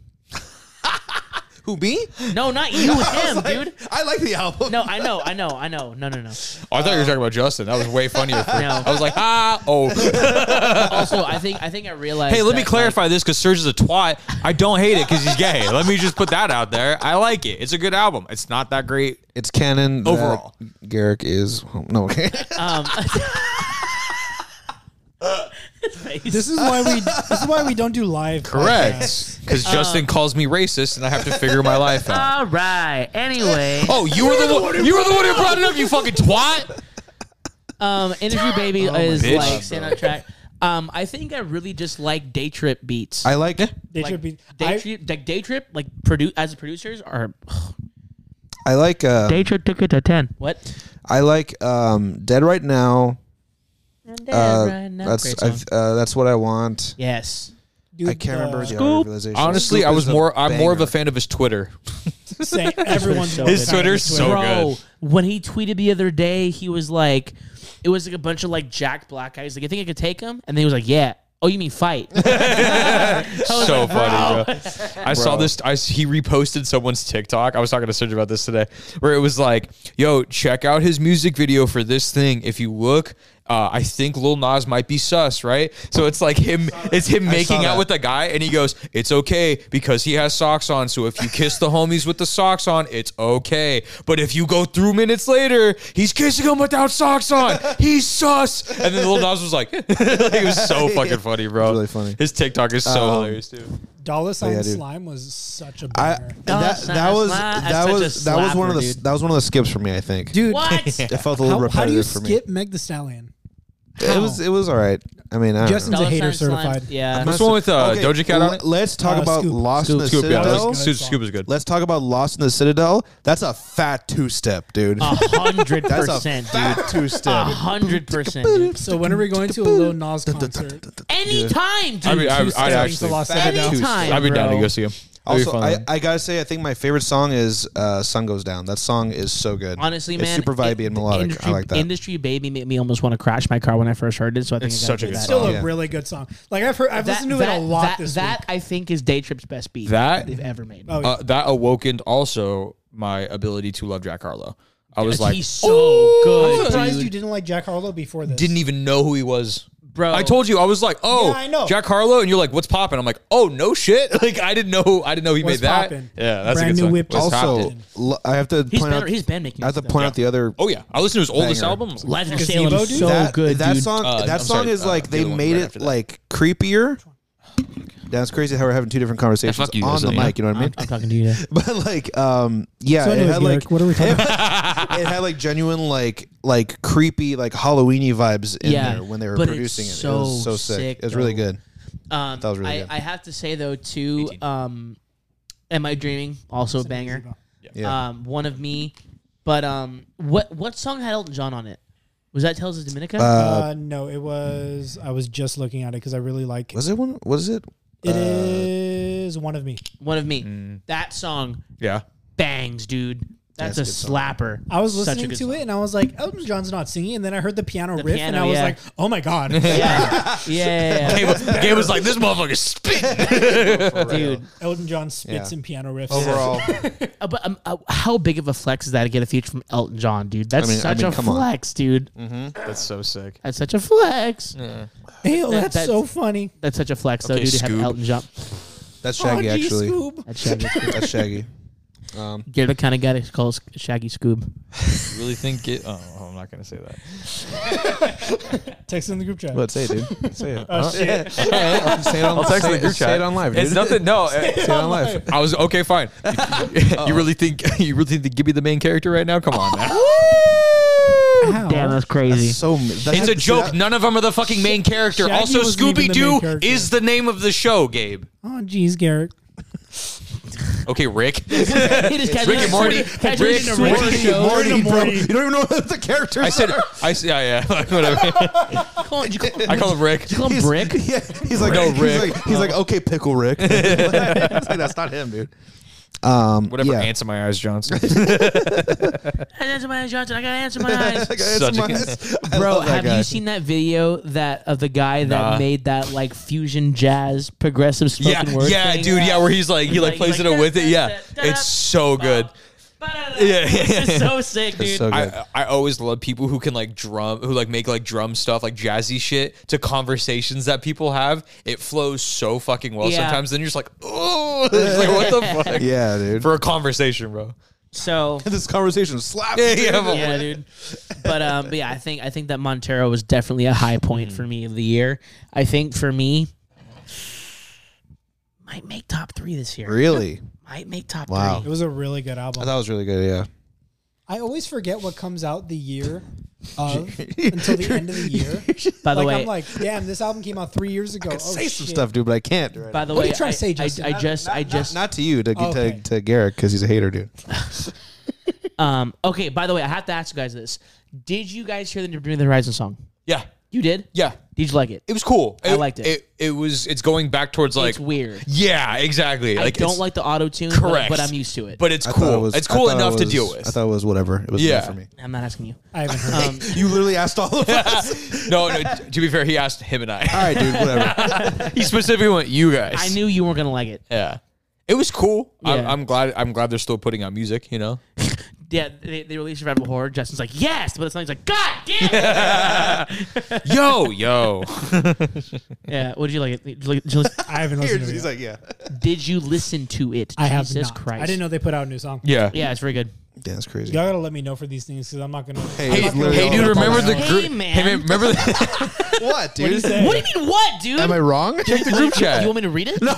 S1: Who me?
S2: No, not you, him, dude.
S1: I like the album.
S2: No, I know, I know, I know. No, no, no.
S3: Oh, I thought you were talking about Justin. That was way funnier. For
S2: uh, No.
S3: I was like, ah, oh.
S2: Also, I think I think I realized.
S3: Hey, let me
S2: that,
S3: clarify this because Serge is a twat. I don't hate it because he's gay. let me just put that out there. I like it. It's a good album. It's not that great.
S1: It's canon. that
S3: Overall.
S1: Garrick is no. Okay.
S2: um, like,
S4: This is why we. This is why we don't do live. podcasts.
S3: Because
S2: Uh.
S3: Justin calls me racist and I have to figure my life out.
S2: All right. Anyway,
S3: Oh, you were the one. You were the one who brought it up. You fucking twat.
S2: um, Energy Baby is
S3: bitch.
S2: like stand on track. Um, I think I really just like day trip beats.
S1: I like.
S4: They
S2: like,
S4: should be.
S2: day
S4: I-
S2: trip, like day trip, like produ- as producers are
S1: I like. Uh,
S2: day trip took it to ten. What?
S1: I like um, Dead Right Now. Uh,
S2: Great
S1: that's
S2: song.
S1: I've, uh, that's what I want.
S2: yes.
S4: dude,
S1: I can't
S4: the-
S1: remember the
S2: Scoop.
S1: other realization.
S3: Honestly,
S1: Scoop
S3: I
S1: is
S3: was
S1: a
S3: more. I'm more of a
S1: banger.
S3: fan of his Twitter.
S4: Say everyone's
S2: so good.
S4: always
S2: His
S4: on
S3: Twitter's so
S4: Twitter.
S2: Bro,
S3: good.
S2: when he tweeted the other day, he was like, it was like a bunch of like Jack Black guys. Like, you think I could take him? And then he was like, yeah. Oh, you mean fight?
S3: so funny. Bro. I saw this. I s- he reposted someone's TikTok. I was talking to Serge about this today, where it was like, "Yo, check out his music video for this thing. If you look." Uh, I think Lil Nas might be sus, right? So it's like him, it's him making out
S1: that.
S3: with a guy, and he goes, "It's okay because he has socks on. So if you kiss the homies with the socks on, it's okay. But if you go through minutes later, he's kissing him without socks on. He's sus." And then Lil Nas was like, like, "It was so fucking funny, bro.
S1: really funny.
S3: His TikTok is so
S1: Um,
S3: hilarious too."
S4: Dollar Sign
S1: yeah, dude.
S4: Slime was such a
S1: I,
S4: banger.
S1: that,
S2: Gosh,
S1: that was
S2: that's not-
S1: that
S2: that's such
S1: was
S2: a
S1: that was one of
S2: slapper,
S1: the
S2: dude.
S1: that was one of the skips for me. I think
S4: dude,
S2: What?
S1: it felt a little
S4: how,
S1: repetitive
S4: how do you
S1: for me.
S4: skip Meg the Stallion?
S1: It was it was all right. I mean, I
S4: Justin's
S1: don't know.
S4: a hater
S2: Dollar sign slime.
S4: certified.
S2: Yeah.
S3: This one with uh, Doja Cat on it.
S1: Let's talk
S4: Uh,
S1: about
S4: Scoop.
S1: Lost in the
S3: Scoop, yeah.
S1: Citadel.
S3: Let's- Scoop, Scoop is good.
S1: Let's talk about Lost in the Citadel. That's a fat two step, dude.
S2: A hundred
S1: That's
S2: percent,
S1: a
S2: dude.
S1: fat two
S2: A
S1: step.
S2: hundred percent. dude.
S4: So when are we going to a Lil Nas concert?
S2: Anytime, dude.
S3: I mean, I,
S4: Two
S3: would
S4: stepping to
S3: actually.
S4: Los
S1: Fat
S4: Angeles.
S1: two
S2: Anytime.
S1: step.
S3: I'd be down to
S2: bro.
S3: go see him.
S1: Also, I, I gotta say, I think my favorite song is uh, "Sun Goes Down." That song is so good.
S2: Honestly,
S1: it's
S2: man,
S1: super vibey
S2: it-
S1: and
S2: the
S1: melodic.
S2: Industry,
S1: I like that.
S2: Industry baby made me almost want to crash my car when I first heard it. So I think
S3: It's
S2: I gotta
S3: such a
S2: do
S3: good
S2: that.
S3: song.
S4: Still
S1: Yeah.
S4: a really good song. Like I've heard, I've listened to it a lot
S2: that,
S4: this
S2: that,
S4: week.
S2: I think is Day Trip's best beat
S3: That-
S2: they've ever made.
S4: Oh,
S3: uh, that awakened also my ability to love Jack Harlow. I was like,
S2: he's so
S4: I'm
S2: good,
S4: surprised
S2: dude.
S4: you didn't like Jack Harlow before this.
S3: didn't even know who he was.
S2: Bro.
S3: I told you I was like, oh,
S4: Yeah, I know.
S3: Jack Harlow, and you're like, what's poppin'? I'm like, oh, no shit. Like I didn't know, I didn't know he
S4: What's
S3: made that.
S4: poppin'?
S3: Yeah, that's
S4: Brand
S3: a good
S4: new
S3: song.
S4: whip
S3: What's
S1: also,
S3: poppin'?
S1: l- I have to
S2: He's
S1: point
S2: been,
S1: out.
S2: he's been making.
S1: I have to
S2: stuff.
S1: point out the other
S3: oh yeah, I listened to his oldest
S1: Banger.
S3: album.
S2: Live in
S4: Gazebo,
S2: Salem is
S4: dude?
S2: Oh, so
S1: that,
S2: good,
S1: That
S2: dude.
S1: song,
S3: Uh,
S1: that
S3: I'm
S1: song
S3: sorry,
S1: is
S3: uh,
S1: like
S3: the
S1: they
S3: other one
S1: made
S3: right
S1: it
S3: after that.
S1: like creepier. That's crazy how we're having two different conversations
S3: fuck you,
S1: on the
S3: isn't it?
S1: mic. You know what I mean?
S2: I'm talking to you.
S1: but like, um, yeah,
S4: So
S1: it
S4: anyways,
S1: had like
S4: Garrick, what are we talking about?
S1: it had like genuine like like creepy like Halloweeny vibes in
S2: Yeah,
S1: there when they were
S2: but it's
S1: producing it. it
S2: so
S1: was so sick.
S2: sick,
S1: it was really
S2: though.
S1: good.
S2: Um,
S1: That was really
S2: I,
S1: good.
S2: I have to say though, too. Um, Am I dreaming? Also a banger.
S1: Yeah.
S2: Um, one of me. But um, what what song had Elton John on it? Was that Tales of Dominica?
S1: Uh,
S4: Uh, no, it was. I was just looking at it because I really like it.
S1: was it one? Was it?
S4: It
S1: uh,
S4: is one of me.
S2: one of me. That song
S3: Yeah,
S2: bangs, dude. That's
S1: That's
S2: a
S1: mm. a good song.
S2: slapper.
S4: I was
S2: Such a
S4: listening
S2: good
S4: to
S2: song.
S4: it and I was like, Elton John's not singing. And then I heard the piano riff and
S2: piano,
S4: I was
S2: yeah.
S4: like, oh my god. yeah.
S2: Yeah, yeah, yeah,
S3: Gabe was like, this motherfucker spit.
S2: yeah. dude.
S4: Elton John spits
S1: Yeah.
S4: and piano riffs.
S1: Overall,
S2: Uh, but um, uh, how big of a flex is that to get a feature from Elton John, dude? That's
S1: I mean- I
S2: such
S1: mean,
S2: a
S1: come on.
S2: flex, dude.
S5: That's so sick.
S2: Mm-hmm. That's such a flex.
S4: Ew,
S2: That-
S4: that's,
S2: that's-
S4: so funny.
S2: That's such a flex, though,
S3: Okay,
S2: dude. To have
S3: Scoob.
S2: Elton John.
S1: that's Shaggy
S4: oh, gee,
S1: actually.
S4: Scoob.
S2: That's Shaggy.
S1: That's Shaggy.
S2: You're the kind of guy that calls Shaggy Scoob.
S3: you really think it? Oh, I'm not gonna say that.
S4: Text in the group chat.
S1: Let's say, it, dude. Say it. Uh,
S4: Oh, shit.
S1: say it on,
S3: I'll text
S1: say
S3: the
S1: it-
S3: group
S1: say
S3: chat.
S1: it on live.
S3: It's
S1: dude.
S3: nothing. No, it-
S1: Say it on live.
S3: I was okay. Fine. You, you really think you really think give me the main character right now? Come on, man.
S4: Ow.
S2: Damn, that's crazy.
S1: That's so. that-
S3: It's a joke.
S1: that-
S3: None of them are the fucking main character.
S4: Shaggy
S3: also,
S4: wasn't even the
S3: Scooby
S4: main
S3: Doo
S4: character.
S3: is the name of the show, Gabe.
S4: Oh, geez, Garrett.
S3: Okay, Rick.
S2: He just
S3: Rick and Morty. Rick and Morty.
S1: Morty,
S4: Morty,
S1: bro.
S4: Morty.
S1: You don't even know what the characters.
S3: I said, I s- yeah, yeah, whatever.
S2: Did you call
S3: I call him Rick.
S2: you call him Brick?
S1: Yeah, he's like, "Oh,
S3: No,
S1: he's
S3: Rick.
S1: like, he's like, okay, pickle Rick. It's like, that's not him, dude. Um,
S3: Whatever
S1: yeah.
S3: ants in my eyes,
S2: I
S3: Johnson.
S2: gotta answer my eyes, Johnson. I gotta answer my eyes.
S1: Like, it's
S3: Such a
S1: my-
S3: good-
S1: I
S2: Bro,
S1: love that
S2: have
S1: guy.
S2: you seen that video that of the guy that
S3: Nah.
S2: made that like fusion jazz progressive
S3: yeah,
S2: spoken word?
S3: yeah,
S2: thing?
S3: dude, yeah, where he's like he like
S2: Like-
S3: plays
S2: like,
S3: it with it. Yeah,
S2: da-da-da-da-da.
S3: it's so good. Yeah.
S2: it's so sick, dude.
S1: It's so good.
S3: I, I always love people who can like drum, who like make like drum stuff, like jazzy shit to conversations that people have. It flows so fucking well
S2: Yeah.
S3: sometimes. Then you're just like, oh, It's like, what the fuck?
S1: yeah, dude.
S3: For a conversation, bro.
S2: so
S1: this conversation slaps.
S3: Yeah,
S1: dude.
S3: yeah, but-
S2: yeah, dude. But um, but yeah, I think I think that Montero was definitely a high point for me of the year. I think for me, might make top three this year.
S1: Really?
S2: Might make top
S1: Wow.
S4: It
S2: three.
S4: was a really good
S1: I
S4: album.
S1: thought it was really good. Yeah.
S2: Oh,
S4: I always forget what comes out the year of until the end of the year.
S2: By the
S4: like
S2: way,
S4: I'm like, damn, this album came out three years ago.
S1: I could
S4: oh,
S1: say some
S4: shit.
S1: stuff, dude, but I can't. Right
S2: by the
S4: What
S2: way,
S4: you trying to say,
S2: I-
S4: Justin?
S2: I, I just, I just,
S1: Not to you, to,
S4: Okay.
S1: to, to Garrick, because he's a hater, dude.
S2: um. Okay. By the way, I have to ask you guys this: Did you guys hear the New Bring the Horizon song?
S3: yeah,
S2: You did.
S3: yeah.
S2: Did you like it?
S3: It was cool.
S2: I liked it.
S3: It, it was. It's going back towards like.
S2: it's weird.
S3: Yeah, exactly.
S2: I
S3: Like
S2: don't
S3: it's-
S2: like the auto tune,
S3: Correct,
S2: but, but I'm used to it.
S3: But it's
S1: I thought
S3: cool.
S1: It was,
S3: it's
S1: I
S3: cool
S1: thought it
S3: enough to
S1: was-
S3: deal
S1: I
S3: with.
S1: thought it was whatever. It was yeah.
S3: Yeah.
S1: for me.
S2: I'm not asking you.
S4: I haven't heard. it.
S1: You literally asked all of us.
S3: no, no. t- To be fair, he asked him and I.
S1: all right, dude, whatever.
S3: he specifically went, "You guys."
S2: I knew you weren't gonna like it.
S3: Yeah. It was cool. I'm,
S2: Yeah.
S3: I'm glad. I'm glad they're still putting out music. You know.
S2: Yeah, they, they released Survival Horror. Justin's like, yes, but it's not. He's like, God damn it.
S3: yo, yo.
S2: yeah, what did you like? Did you, like- did you listen-
S4: I haven't listened to it.
S1: he's
S4: yet.
S1: like, yeah.
S2: did you listen to it?
S4: I have
S2: Jesus
S4: not.
S2: Christ.
S4: I didn't know they put out a new song.
S3: Yeah.
S2: Yeah, it's very good.
S1: Damn, it's crazy.
S4: Y'all gotta let me know for these things because I'm not gonna.
S1: Hey,
S4: I'm
S3: Hey,
S4: not gonna
S1: literally
S3: hey,
S1: all
S3: dude,
S1: about
S3: remember the
S2: Hey,
S3: group?
S2: man.
S3: remember the,
S1: What, dude?
S4: say?
S2: What do you mean, what, dude?
S1: Am I wrong?
S3: check the group chat.
S2: You want me to read it?
S3: no,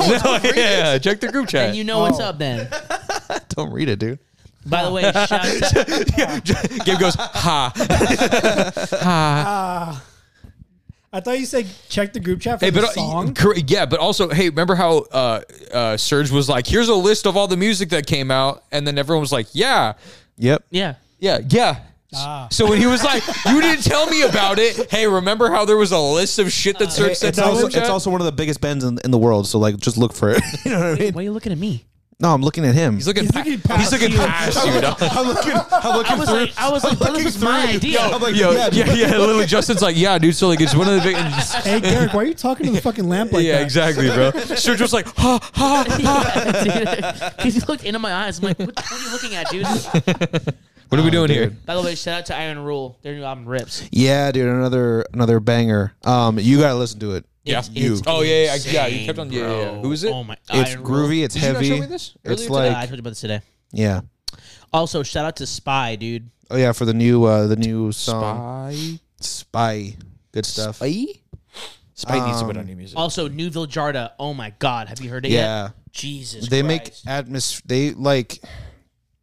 S3: yeah, check the group chat.
S2: And you know what's
S4: Oh.
S2: up then.
S1: Don't read it, dude.
S2: By the way, shout out to,
S3: Gabe goes, ha.
S4: I thought you said check the group chat for
S3: Hey,
S4: the
S3: but uh,
S4: song.
S3: cor- yeah, but also, hey, remember how uh, uh, Serge was like, "Here's a list of all the music that came out," and then everyone was like, "Yeah,
S1: Yep.
S2: yeah.
S3: yeah, yeah."
S4: Ah.
S3: So when he was like, "You didn't tell me about it," hey, remember how there was a list of shit that Serge
S1: It's,
S3: said? to the
S1: also,
S3: group chat?
S1: it's also one of the biggest bands in, in the world, so like, just look for it. you know what I mean?
S2: Why are you looking at me?
S1: No, I'm looking at him.
S3: He's looking. He's looking past,
S4: past
S3: you.
S4: you.
S3: dog.
S1: I'm looking. I'm looking
S2: I was like, I was like, bro, this was my idea.
S1: I'm like,
S3: Yo,
S1: yeah, Oh
S3: yeah, yeah, Literally, Justin's like, yeah, dude. So like, it's one of the big. and just-
S4: hey, Garrick, why are you talking to the fucking lamp like
S3: yeah,
S4: that?
S3: exactly, bro. Serge was like, ha ha.
S2: Yeah, dude. he looked into my eyes. I'm like, what, what are you looking at, dude?
S3: What are we doing here?
S2: By the way, shout out to Iron Rule. Their new album rips.
S1: yeah, dude, another another banger. Um, you gotta listen to it.
S3: Yeah,
S2: It's-
S1: you.
S2: it's
S3: Oh yeah, yeah,
S2: insane,
S3: yeah. You kept on. Yeah, yeah, yeah.
S2: bro.
S3: Who is it?
S2: Oh my,
S1: It's
S2: Iron Rule.
S1: groovy. It's
S3: Did you not
S1: heavy.
S3: show me this earlier
S1: It's
S3: today?
S2: Uh, I
S1: like,
S2: told you about this today.
S1: yeah.
S2: Also, shout out to Spy, dude.
S1: Oh yeah, for the new uh the new song
S3: Spy.
S1: Spy. Good stuff.
S3: Spy needs to put
S1: Um,
S3: out new music.
S2: Also, Newville Jarda. Oh my God, have you heard it yet?
S1: Yeah.
S2: Jesus.
S1: They make
S2: Christ.
S1: atmos they like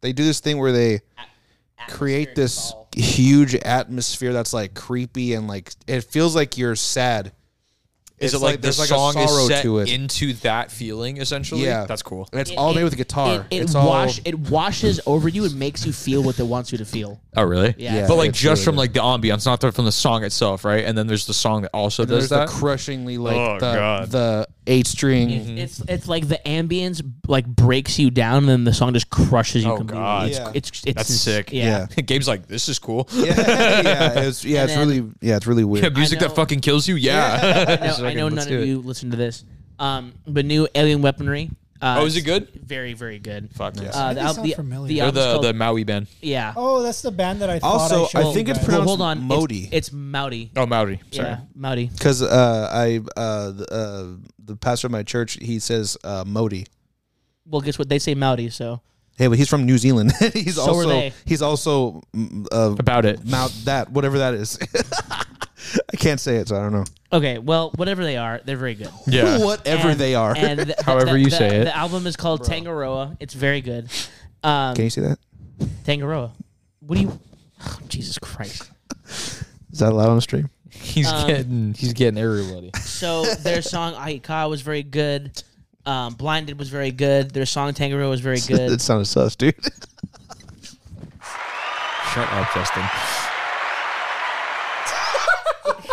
S1: they do this thing where they create this huge atmosphere that's like creepy and like it feels like you're sad.
S3: Is
S1: it's
S3: it
S1: like
S3: like,
S1: there's
S3: this
S1: like a
S3: song
S1: sorrow
S3: is set
S1: to it.
S3: into that feeling essentially?
S1: Yeah.
S3: that's cool.
S1: And it's all made with a guitar.
S2: It, it,
S1: it's all
S2: wash, it washes over you and makes you feel what it wants you to feel.
S3: Oh really?
S2: Yeah. Yeah,
S3: But like
S1: it's
S3: just
S1: really
S3: from
S1: good.
S3: like the ambiance, not from the song itself, right? And then there's the song that also
S1: there's
S3: does that.
S1: the crushingly like
S3: Oh,
S1: the
S3: God. Mm-hmm.
S1: the eight string
S2: It's it's like the ambience like breaks you down, and then the song just crushes you
S3: Oh,
S2: completely.
S3: God.
S2: It's,
S1: Yeah.
S2: it's, it's
S3: That's
S2: ins-
S3: sick.
S2: Yeah.
S3: Gabe's like, this is cool.
S1: yeah, yeah, it's yeah,
S2: And
S1: it's
S2: then-
S1: really yeah, it's really weird.
S3: Yeah, music
S2: know.
S3: that fucking kills you. Yeah.
S2: I know, I know none of you listen to this, um, but new Alien Weaponry. Uh,
S3: Oh, is it good?
S2: Very very good.
S3: Fuck yeah.
S2: Uh,
S4: They
S2: the, al-
S4: sound
S2: the,
S4: familiar.
S2: the
S4: They're
S3: They're
S2: album's
S3: the,
S2: called,
S3: the Maui band.
S2: yeah.
S4: Oh, that's the band that I thought.
S1: Also,
S4: I,
S1: I
S4: showed
S1: think
S4: you
S1: it's
S4: guys.
S2: Well,
S1: pronounced-
S2: hold on.
S1: Modi.
S2: It's, it's Maudi.
S3: Oh, Maui. Sorry.
S2: Yeah, Maudi.
S1: Because uh, I uh, the, uh, the pastor of my church he says uh, Modi.
S2: Well, guess what? They say Maudi, so
S1: Hey, but he's from New Zealand. he's
S2: So are
S1: also
S2: they.
S1: he's also mm, uh,
S3: About it.
S1: Mount that whatever that is. I can't say it, so I don't know.
S2: okay. Well, whatever they are, they're very good.
S3: Yeah.
S1: Whatever
S2: And-
S1: they are.
S2: and th-
S3: However
S2: th-
S3: you
S2: the-
S3: say it.
S2: The album is called Tangaroa. It's very good. Um,
S1: Can you see that?
S2: Tangaroa. What do you? Oh, Jesus Christ.
S1: Is that allowed on the stream?
S3: He's getting he's getting everybody.
S2: So their song Aika was very good. Um, Blinded was very good. Their song Tangaroa was very
S1: it
S2: good.
S1: sounded sus, dude.
S3: Shut up, Justin.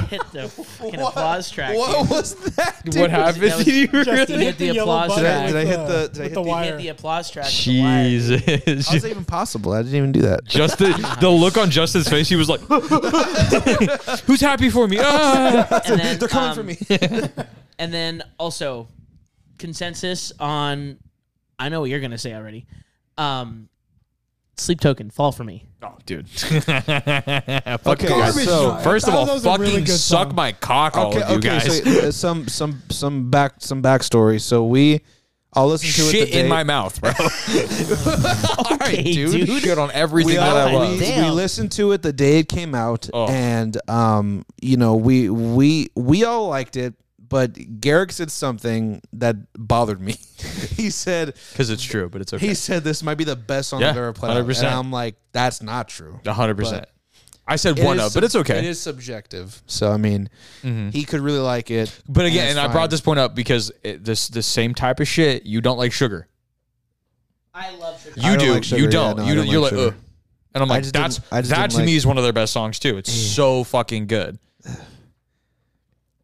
S2: hit the fucking applause track.
S1: What was that? dude?
S3: what happened?
S2: That was-
S3: Did you
S4: Justin
S2: hit
S3: really?
S4: hit the,
S2: the
S4: yellow
S2: applause
S4: button
S2: Did I-
S4: with
S1: did I hit the-
S4: the,
S1: did I
S4: with
S1: hit
S4: the
S1: the-
S2: He hit
S4: wire.
S2: the applause track. with the wire.
S3: Jesus.
S1: How's that even possible? I didn't even do that.
S3: Just the, the look on Justin's face, he was like, "Who's happy for me?" Ah.
S2: And then,
S1: They're coming
S2: um,
S1: for me.
S2: And then also consensus on I know what you're gonna say already. Um sleep token, fall for me.
S3: Oh, dude. Fucking
S1: Garbage
S3: So,
S4: time.
S3: first of
S4: That
S3: all,
S4: was a
S3: fucking
S4: really good
S3: suck
S4: song.
S3: my cock, all of you guys.
S1: So, uh, some some some back some backstory. So we, I'll listen to it.
S3: Shit
S1: the day-
S3: in my mouth, bro. all right, dude.
S2: dude.
S3: Shit on everything
S1: We,
S3: that I
S2: all-
S3: love.
S1: we,
S2: Damn.
S1: we listened to it the day it came out,
S3: Oh.
S1: and um, you know, we we we all liked it, but Garrick said something that bothered me. he said
S3: Because it's true, but it's
S1: he said this might be the best song
S3: Yeah,
S1: I've ever played, out. and
S3: 100%.
S1: I'm like, that's not true.
S3: hundred percent. I said
S1: It
S3: one
S1: is
S3: of, but
S1: sub-
S3: it's okay. Mm-hmm.
S1: It is subjective. So I mean, he could really like it.
S3: But again,
S1: it's
S3: and I
S1: fine.
S3: brought this point up because it, this the same type of shit. You don't like sugar.
S2: I love sugar.
S3: You
S1: don't
S3: do.
S1: like sugar,
S3: you
S1: yeah,
S3: don't.
S1: no, I
S3: you
S1: don't
S3: you're
S1: like
S3: like,
S1: sugar.
S3: Ugh. and I'm like,
S1: just
S3: that's
S1: didn't- I just
S3: that
S1: didn't
S3: to me
S1: like-
S3: is one of their best songs too. It's so fucking good.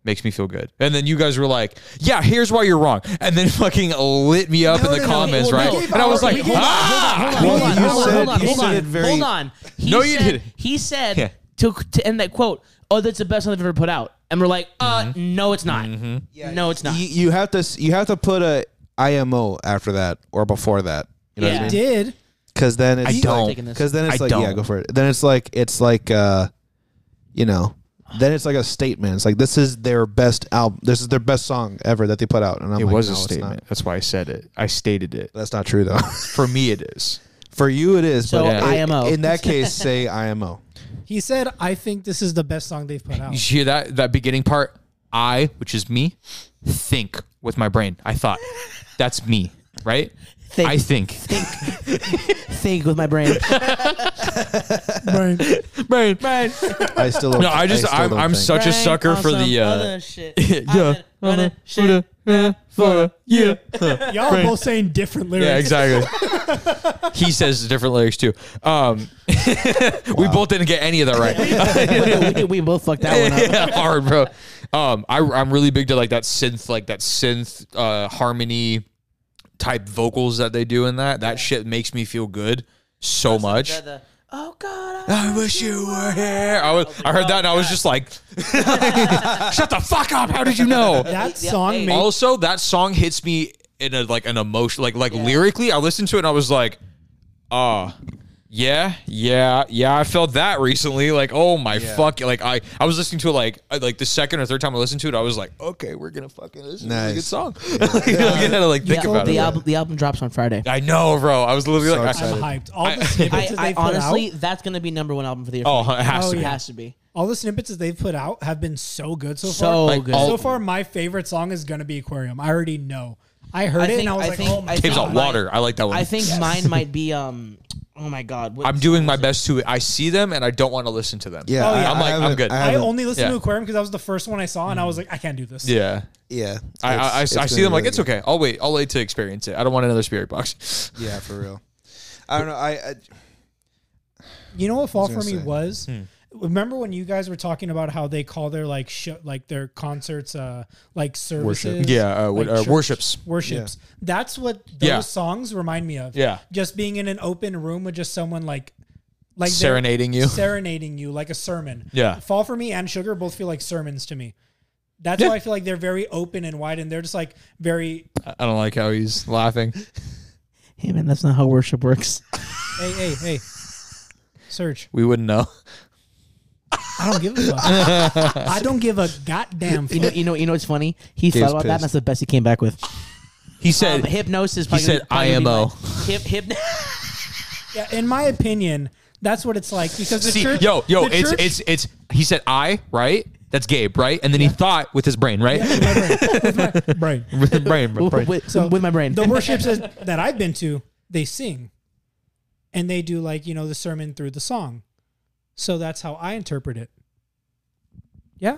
S3: Makes me feel good. And then you guys were like, yeah, here's why you're wrong. And then fucking lit me up
S4: No,
S3: in the
S4: no, no.
S3: comments,
S4: Well,
S3: right?
S4: no, we
S3: and I was
S4: gave
S3: like,
S4: our- we gave-
S3: ah!
S2: Hold on,
S1: You
S2: hold on,
S1: said-
S2: hold on,
S1: you
S2: hold
S1: said
S2: on,
S1: it very-
S2: hold on. He
S3: No,
S2: said,
S3: you didn't.
S2: He said
S3: Yeah.
S2: to to end that quote. Oh, that's the best one I've ever put out. And we're like, uh,
S3: Mm-hmm.
S2: no, it's not. No, it's not.
S1: You, you have to s- you have to put a IMO after that or before that. You know
S2: Yeah.
S1: what I mean?
S4: Did
S1: Because then it's
S3: I don't.
S2: Taking this.
S1: Because then it's
S3: I
S1: like yeah,
S3: don't.
S1: go for it. Then it's like it's like uh, you know, then it's like a statement. It's like this is their best album. This is their best song ever that they put out. And I'm
S3: It
S1: like,
S3: was
S1: no,
S3: a
S1: it's not.
S3: statement. That's why I said it. I stated it.
S1: That's not true though.
S3: For me, it is.
S1: For you, it is.
S2: So
S1: but
S2: Yeah.
S1: it-
S2: IMO.
S1: In that case, say IMO.
S4: he said? I think this is the best song they've put out.
S3: You hear that that beginning part? I, which is me, think with my brain. I thought that's me, right?
S2: Think.
S3: I think.
S2: Think with my brain.
S4: Right.
S3: Brain.
S1: I still don't,
S3: No, I just
S1: still
S3: I am
S1: don't
S3: I'm
S1: think.
S3: such a sucker for the uh, yeah, uh,
S2: shit.
S3: yeah, uh, yeah.
S4: Y'all are both saying different lyrics.
S3: yeah, exactly. he says different lyrics too. Um, we both didn't get any of that right.
S2: we, we both fucked that one up.
S3: yeah, hard, bro. Um, I, I'm really big to like that synth, like that synth uh, harmony type vocals that they do in that. That shit makes me feel good so much.
S2: The- the- oh God. I-
S3: I wish you were here. I was, I heard that and I was just like, shut the fuck up. How did you know?
S4: That
S2: Yeah,
S4: song
S2: hey.
S4: made
S3: Also, that song hits me in a like an emotion, like like lyrically. I listened to it and I was like, ah. yeah, yeah, yeah. I felt that recently. Like, oh my fuck! Like, I I was listening to it like I- like the second or third time I listened to it, I was like, okay, we're gonna fucking listen to a good
S1: Nice.
S3: song. like, you know, you gotta like think
S2: the,
S3: about
S2: the
S3: it.
S2: album. The album drops on Friday.
S3: I know, bro. I was literally
S1: So
S3: like,
S1: excited.
S3: I,
S4: I'm hyped. All
S3: I-
S4: the snippets
S2: I,
S4: that
S2: I
S4: they've put
S2: honestly,
S4: out.
S2: that's gonna be number one album for the year. for
S3: oh,
S2: me.
S3: it has
S4: Oh,
S3: to be.
S4: yeah.
S2: has to be.
S4: All the snippets that they've put out have been so good so,
S2: So
S4: far.
S2: Like, good. all-
S4: so far, my favorite song is gonna be Aquarium. I already know. I heard
S2: I
S4: it
S2: think-
S4: and I was
S2: I
S4: like,
S2: think-
S4: oh my
S2: I think-
S3: Caves
S4: god.
S3: on water. I like that one.
S2: I think mine might be. Um. Oh my God. what-
S3: I'm doing my best to. I see them and I don't want to listen to them.
S1: Yeah,
S4: Oh, yeah.
S3: I'm
S1: I
S3: like, I'm
S1: haven't-
S3: good.
S1: I
S4: I
S1: haven't- Mm.
S4: only listened
S3: yeah.
S4: to Aquarium because that was the first one I saw, and I was like, I can't do this.
S3: yeah.
S1: yeah.
S3: I, I,
S1: It's-
S3: I, I
S1: it's gonna
S3: see
S1: be
S3: them like
S1: really
S3: it's
S1: good.
S3: okay. I'll wait. I'll wait to experience it. I don't want another spirit box.
S1: Yeah, for real. I don't know. I, I
S4: You know what fall for me
S1: gonna say.
S4: was?
S3: Hmm.
S4: Remember when you guys were talking about how they call their like sh- like their concerts uh like services?
S3: Yeah, uh,
S4: like
S3: wo- uh,
S4: church-
S3: worships.
S4: Worships. That's what those
S3: Yeah.
S4: songs remind me of.
S3: Yeah.
S4: Just being in an open room with just someone like like they're
S3: Serenading you.
S4: Serenading you like a sermon.
S3: Yeah.
S4: Fall for me and Sugar both feel like sermons to me. That's why I feel like they're very open and wide and they're just like very
S3: I don't like how he's laughing.
S2: Hey man, that's not how worship works.
S4: hey, hey, hey. Search.
S3: We wouldn't know.
S4: I don't give a fuck. I don't give a goddamn
S2: You know, you know, you know. What's funny? He thought about that. and
S1: pissed.
S2: That's the best he came back with.
S3: He said,
S2: Um, hypnosis. Probably
S3: said
S2: probably be
S3: IMO.
S2: my- Hip, hip.
S4: Yeah, in my opinion, that's what it's like because the
S3: see,
S4: church.
S3: "Yo, yo,
S4: the
S3: it's
S4: church-
S3: it's it's." He said, "I right." That's Gabe, right? And then he thought with his brain, right?
S4: right.
S3: with his brain, with brain.
S2: With,
S4: So
S2: with my brain.
S4: The worships that that I've been to, they sing, and they do like you know the sermon through the song, so that's how I interpret it. Yeah.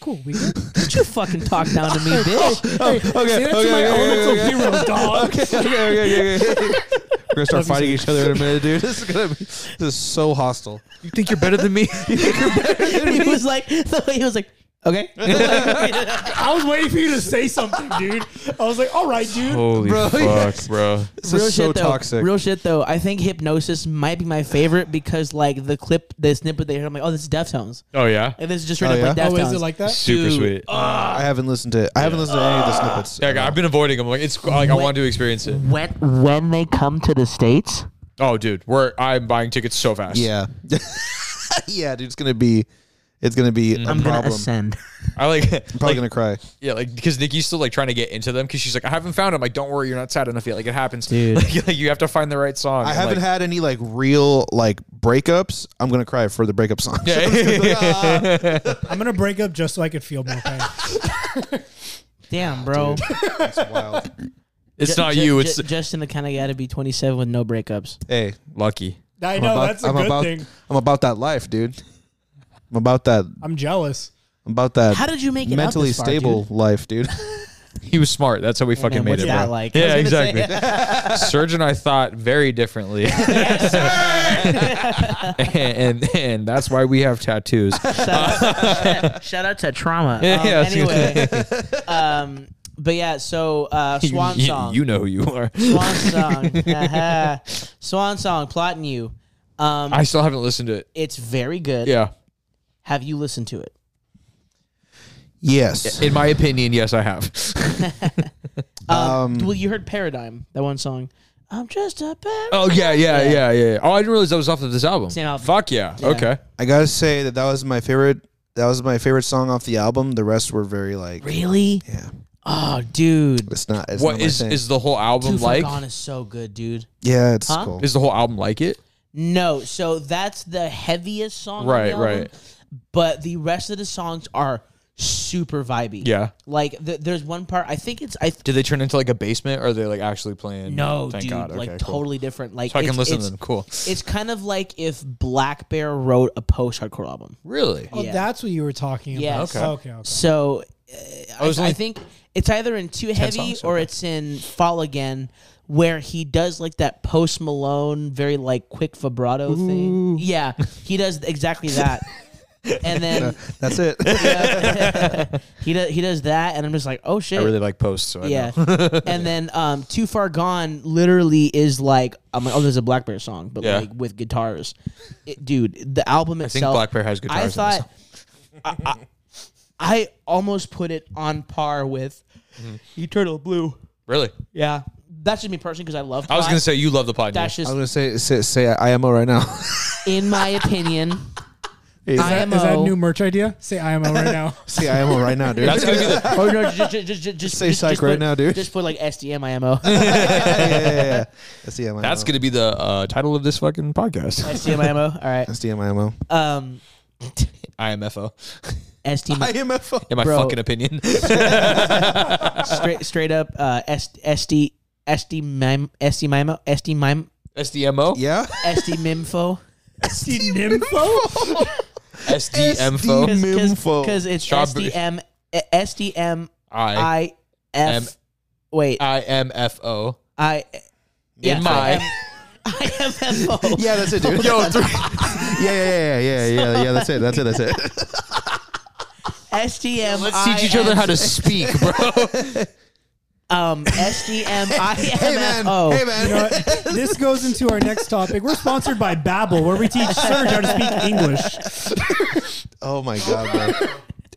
S4: Cool. We good.
S2: Don't you fucking talk down to me, bitch.
S4: okay.
S1: okay, okay, okay, okay, okay.
S4: heroes, dog.
S1: okay, okay, okay, okay. We're gonna start
S4: Love you,
S1: fighting
S4: Zane.
S1: each other in a minute, dude. This is gonna be this is so hostile.
S3: You think you're better than me?
S2: he was like, he was like, okay.
S4: I was waiting for you to say something, dude. I was like, all right, dude.
S3: Holy
S1: Bro,
S3: fuck,
S1: yes.
S3: bro.
S1: This is so
S2: though,
S1: toxic.
S2: Real shit though. I think hypnosis might be my favorite because like the clip, the snippet they heard, I'm like, oh, this is Deftones.
S3: Oh yeah.
S2: Like this is just straight
S1: Oh,
S2: up like
S1: yeah?
S4: Oh,
S2: Deftones.
S4: is it like that?
S3: Super
S2: Dude.
S3: sweet.
S1: I haven't listened to I haven't listened to any of the snippets.
S3: Yeah, oh I've been avoiding them. Like it's like I
S2: What?
S3: want to experience it.
S2: when when they come to the states?
S3: Oh, dude, we're I'm buying tickets so fast.
S1: Yeah. yeah, dude, it's gonna be it's gonna be a
S2: I'm gonna
S1: problem.
S2: ascend.
S3: I like
S1: I'm probably
S3: like-
S1: gonna cry.
S3: Yeah, like because Nikki's still like trying to get into them because she's like, I haven't found them. Like, don't worry, you're not sad enough yet. Like, it happens.
S2: Dude.
S3: Like, like, you have to find the right song.
S1: I
S3: And,
S1: haven't
S3: like,
S1: had any like real like breakups. I'm gonna cry for the breakup song.
S4: I'm gonna break up just so I could feel more pain.
S2: Damn, bro.
S1: That's wild.
S3: It's
S2: Ju-
S3: not
S2: ju-
S3: you.
S2: ju-
S3: It's
S2: Justin. The kind of guy to be 27 with no breakups.
S1: Hey,
S3: lucky.
S4: I
S1: I'm
S4: know
S1: about,
S4: that's a
S1: I'm
S4: good
S1: about,
S4: thing.
S1: I'm about that life, dude. I'm about that. I'm
S4: I'm jealous.
S1: about that.
S2: How did you make it out
S1: mentally
S2: this far,
S1: stable
S2: dude?
S1: life, dude?
S3: He was smart. That's how we fucking
S2: Oh, Man,
S3: made
S2: what's
S3: it,
S2: that
S3: bro.
S2: like? I
S3: Yeah,
S2: was gonna
S3: exactly. Serge and I thought very differently. and, and that's why we have tattoos.
S2: Shout out to trauma. Um,
S3: Yeah, I was gonna
S2: anyway, um, but yeah, so uh, Swan
S3: you,
S2: Song.
S3: You know who you are.
S2: Swan Song. Haha. Swan Song, plotting you. Um,
S3: I still haven't listened to it.
S2: it's very good.
S3: Yeah.
S2: Have you listened to it?
S1: yes.
S3: In my opinion, yes, I have.
S2: Um,
S1: Um,
S2: well, you heard Paradigm, that one song. I'm just a paradigm.
S3: Oh yeah, yeah, yeah, yeah. yeah. Oh, I didn't realize that was off of this album.
S2: Same album.
S3: Fuck yeah.
S2: Yeah.
S3: Okay.
S1: I gotta say that that was my favorite. That was my favorite song off the album. The rest were very like,
S2: Really?
S1: yeah,
S2: Oh, dude.
S1: it's not. It's
S3: What
S1: not my
S3: is
S1: thing.
S3: is the whole
S2: Two
S3: album
S2: for
S3: like?
S2: Gone is so good, dude.
S1: yeah, it's
S2: Huh?
S1: cool.
S3: Is the whole album like it?
S2: No, so that's the heaviest song. on the
S3: Right,
S2: album,
S3: right.
S2: But the rest of the songs are super vibey.
S3: Yeah.
S2: Like th- there's one part I think it's I th-
S3: Did they turn into like a basement? Or are they like actually playing?
S2: no
S3: Thank
S2: dude
S3: God. Okay,
S2: like
S3: cool.
S2: totally different like
S3: So I
S2: it's-
S3: can listen to
S2: it's-
S3: them. Cool.
S2: It's kind of like if Black Bear wrote a post-hardcore album.
S3: Really?
S4: Oh,
S2: Yeah.
S4: that's what you were talking about.
S2: Yes.
S4: Okay. Okay. okay.
S2: So uh, I,
S3: was
S2: I
S3: only-
S2: think it's either in Too Heavy
S3: songs,
S2: or
S3: okay.
S2: it's in Fall Again, where he does like that post Malone, very like quick vibrato thing. Yeah, he does exactly that. and then
S1: That's it.
S2: he does he does that, and I'm just like, oh shit.
S3: I really like posts. So I
S2: yeah,
S3: know.
S2: and then um, "Too Far Gone" literally is like I'm like, oh, there's a Black Bear song, but
S3: Yeah.
S2: like with guitars, It- dude. The album
S3: I think
S2: itself,
S3: Black Bear has guitars. in
S2: I
S3: this
S2: thought
S3: song.
S2: I, I, I almost put it on par with
S3: Mm-hmm.
S2: Eternal Blue.
S3: Really?
S2: Yeah, that's just me personally because I love.
S3: I was
S2: Pot.
S3: gonna say you love the pod.
S2: that's
S1: I was
S2: just
S1: gonna say say, say IMO right now.
S2: in my opinion.
S1: Is that-
S2: IMO.
S4: Is that a new merch idea? Say IMO right now.
S1: Say IMO right now, dude.
S3: That's gonna be the.
S2: or no, just, just, just, just
S1: Say
S2: just,
S1: psych
S2: just
S1: right
S2: put-
S1: now, dude.
S2: Just put like SDM IMO.
S1: yeah, yeah, yeah, yeah. That's the IMO.
S3: That's gonna be the uh, title of this fucking podcast.
S2: SDM IMO. All right.
S1: That's the IMO.
S2: Um,
S3: IMFO.
S2: SDM
S1: IMFO.
S3: In my
S2: Bro.
S3: fucking opinion.
S2: straight straight up uh S SD SD mime SD mimo SD mime
S3: SDMO.
S1: Yeah.
S2: SD mimfo
S4: SD Nympho?
S3: SDMFO.
S1: Mimfo.
S2: because it's
S3: Strawberry-
S2: SDM uh, SDM
S3: I
S2: I F wait
S3: IMFO.
S2: I yeah
S3: In my-
S2: I M F O
S1: Yeah, that's it, dude. Yo, three. yeah, yeah, yeah, yeah, yeah, yeah, yeah. That's it. That's it. That's it.
S2: SDM
S3: Let's teach each other how to speak, bro.
S2: um SDM I
S1: Hey
S2: M
S1: man.
S2: F O
S1: Hey
S4: You
S1: man.
S4: know what? this goes into our next topic. We're sponsored by Babbel, where we teach Serge how to speak English.
S1: Oh my god, bro.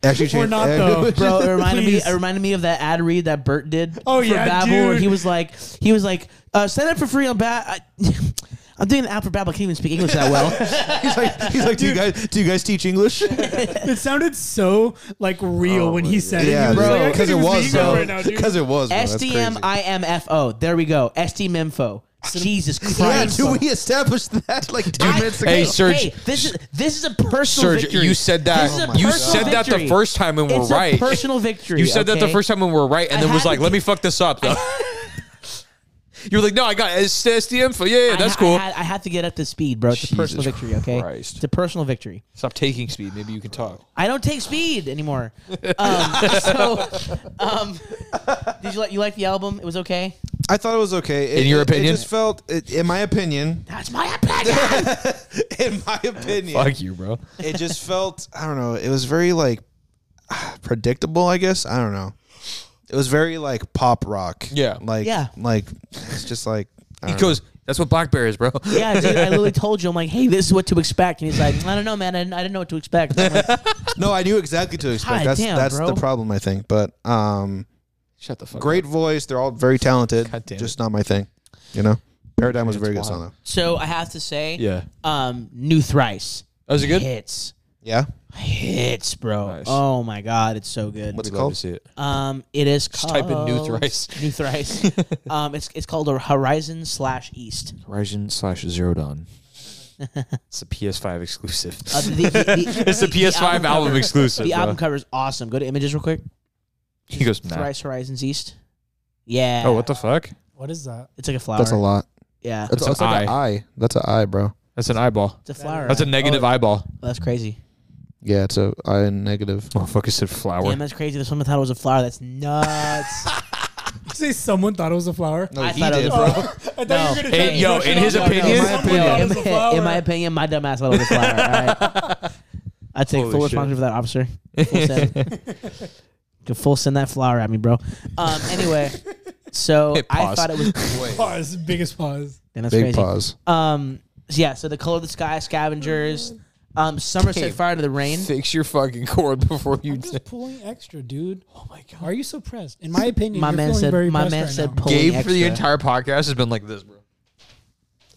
S1: Actually,
S4: We're
S1: change-
S4: not
S1: eh,
S4: though.
S2: Bro, it reminded
S4: Please.
S2: me. It reminded me of that ad read that Bert did.
S4: Oh, yeah,
S2: Babbel,
S4: dude.
S2: where he was like, he was like, uh, sign up for free on Bab. I- I'm doing an ad for Babbel. I can't even speak English that well.
S1: He's like, he's like, do you guys do you guys teach English?
S4: It sounded so like real when he said it.
S1: yeah,
S4: He was like, I
S1: because it
S4: can't even
S1: was,
S4: speak English
S1: bro.
S4: right now, dude.
S1: Because it was. bro. That's
S2: S D M
S1: crazy.
S2: I M F O. There we go. S D M info. Jesus
S1: Yeah,
S2: Christ.
S1: dude, we established that like two
S2: I-
S1: minutes ago.
S3: Hey, Serge.
S2: Hey, this is this is a personal
S3: Serge,
S2: victory.
S3: you said that.
S2: This is a
S1: my
S3: you
S1: God.
S2: personal
S3: said that the
S2: victory.
S3: first time when we're
S2: It's
S3: right.
S2: a personal victory.
S3: you said that the
S2: okay?
S3: first time when we were right, and
S2: I
S3: then was
S2: had
S3: like,
S2: to
S3: "Let
S2: get-
S3: me fuck this up." Though. you were like, "No, I got SDM for yeah, yeah,
S2: I
S3: that's
S2: ha-
S3: cool."
S2: I had, I had to get up to speed, bro. It's a personal
S3: Jesus
S2: victory. Okay,
S3: Christ.
S2: it's a personal victory.
S3: Stop taking speed. Maybe you can talk.
S2: I don't take speed anymore. Um, so, um, did you like you like the album? It was okay.
S1: I thought it was okay. It-
S3: In your
S1: it-
S3: opinion?
S1: it just felt, it, in my opinion,
S2: That's my opinion.
S1: in my opinion,
S3: Fuck you, bro.
S1: it just felt I don't know. It was very like predictable, I guess. I don't know. It was very like pop rock.
S3: Yeah.
S1: Like
S2: Yeah.
S1: like it's just like I
S3: He
S1: don't know.
S3: goes, "That's what Black Bear is, bro."
S2: yeah, dude, I literally told you. I'm like, hey, this is what to expect, and he's like, I don't know, man. I didn't, I didn't know what to expect. I'm like,
S1: No, I knew exactly to expect.
S2: God
S1: that's
S2: damn,
S1: that's
S2: bro.
S1: the problem I think. But um
S3: Shut the fuck.
S1: great voice, they're all very talented.
S3: God damn
S1: just not my thing. You know? Paradigm was a
S3: It's
S1: very good
S3: wild.
S1: song though.
S2: so I have to say,
S3: Yeah.
S2: um, new thrice
S3: Oh, is it good?
S2: hits,
S1: Yeah?
S2: hits, bro.
S3: Nice.
S2: Oh my god, it's so good.
S1: What's it
S3: We'd love to
S1: called?
S3: see it.
S2: Um, it is called
S3: type in New Thrice.
S2: New Thrice. um, it's it's called a Horizon slash East.
S3: Ryzen slash Zero Dawn. it's a PS5 exclusive.
S2: Uh, the- the- the-
S3: it's a
S2: the
S3: PS5 album,
S2: cover-
S3: exclusive.
S2: The
S3: bro.
S2: album cover is awesome. Go to images real quick.
S3: he goes, nah.
S2: Thrice Horizons East. Yeah.
S3: Oh, what the fuck?
S4: What is that?
S2: It's like a flower.
S1: That's a lot.
S2: Yeah.
S1: That's,
S3: That's
S1: that's
S3: an
S1: like an eye. That's an eye, bro.
S3: That's an eyeball.
S2: It's a flower. Oh,
S3: That's a negative eyeball.
S2: That's crazy.
S1: Yeah, it's a eye and negative.
S3: Motherfucker said flower.
S2: Damn, that's crazy. This woman thought it was a flower. That's nuts.
S4: You say someone thought it was a flower?
S3: Oh,
S1: No,
S2: I
S1: he
S2: thought it
S1: did,
S2: was-
S1: bro.
S4: I thought
S2: No.
S4: you were gonna
S3: Hey,
S4: try to
S3: yo,
S4: brush it
S3: in his
S4: off.
S3: opinion-
S4: No,
S1: In my
S4: someone
S2: Yo,
S1: opinion.
S4: thought it
S2: in,
S4: was a flower.
S2: in my opinion, my dumb ass thought it was a flower. All right. I take
S3: Holy
S2: full
S3: shit.
S2: responsibility for that, officer. Full send. Can full send that flower at me, bro. Um. Anyway, so
S3: Hey,
S2: I
S3: pause.
S2: thought it was.
S4: pause, biggest pause.
S2: Damn, that's
S1: Big
S2: crazy.
S1: pause.
S2: Um. so yeah. So the color of the sky, scavengers. Um. Summer set
S3: Dave.
S2: fire to the rain.
S3: Fix your fucking cord before you.
S4: I'm just pulling extra, dude. Oh my god, are you so pressed? In my opinion,
S2: My
S4: you're
S2: man
S4: feeling
S2: said.
S4: very
S2: My
S4: pressed
S2: man
S4: right
S2: said.
S4: now.
S2: Pulling
S3: Gabe for the
S2: extra.
S3: entire podcast has been like this, bro.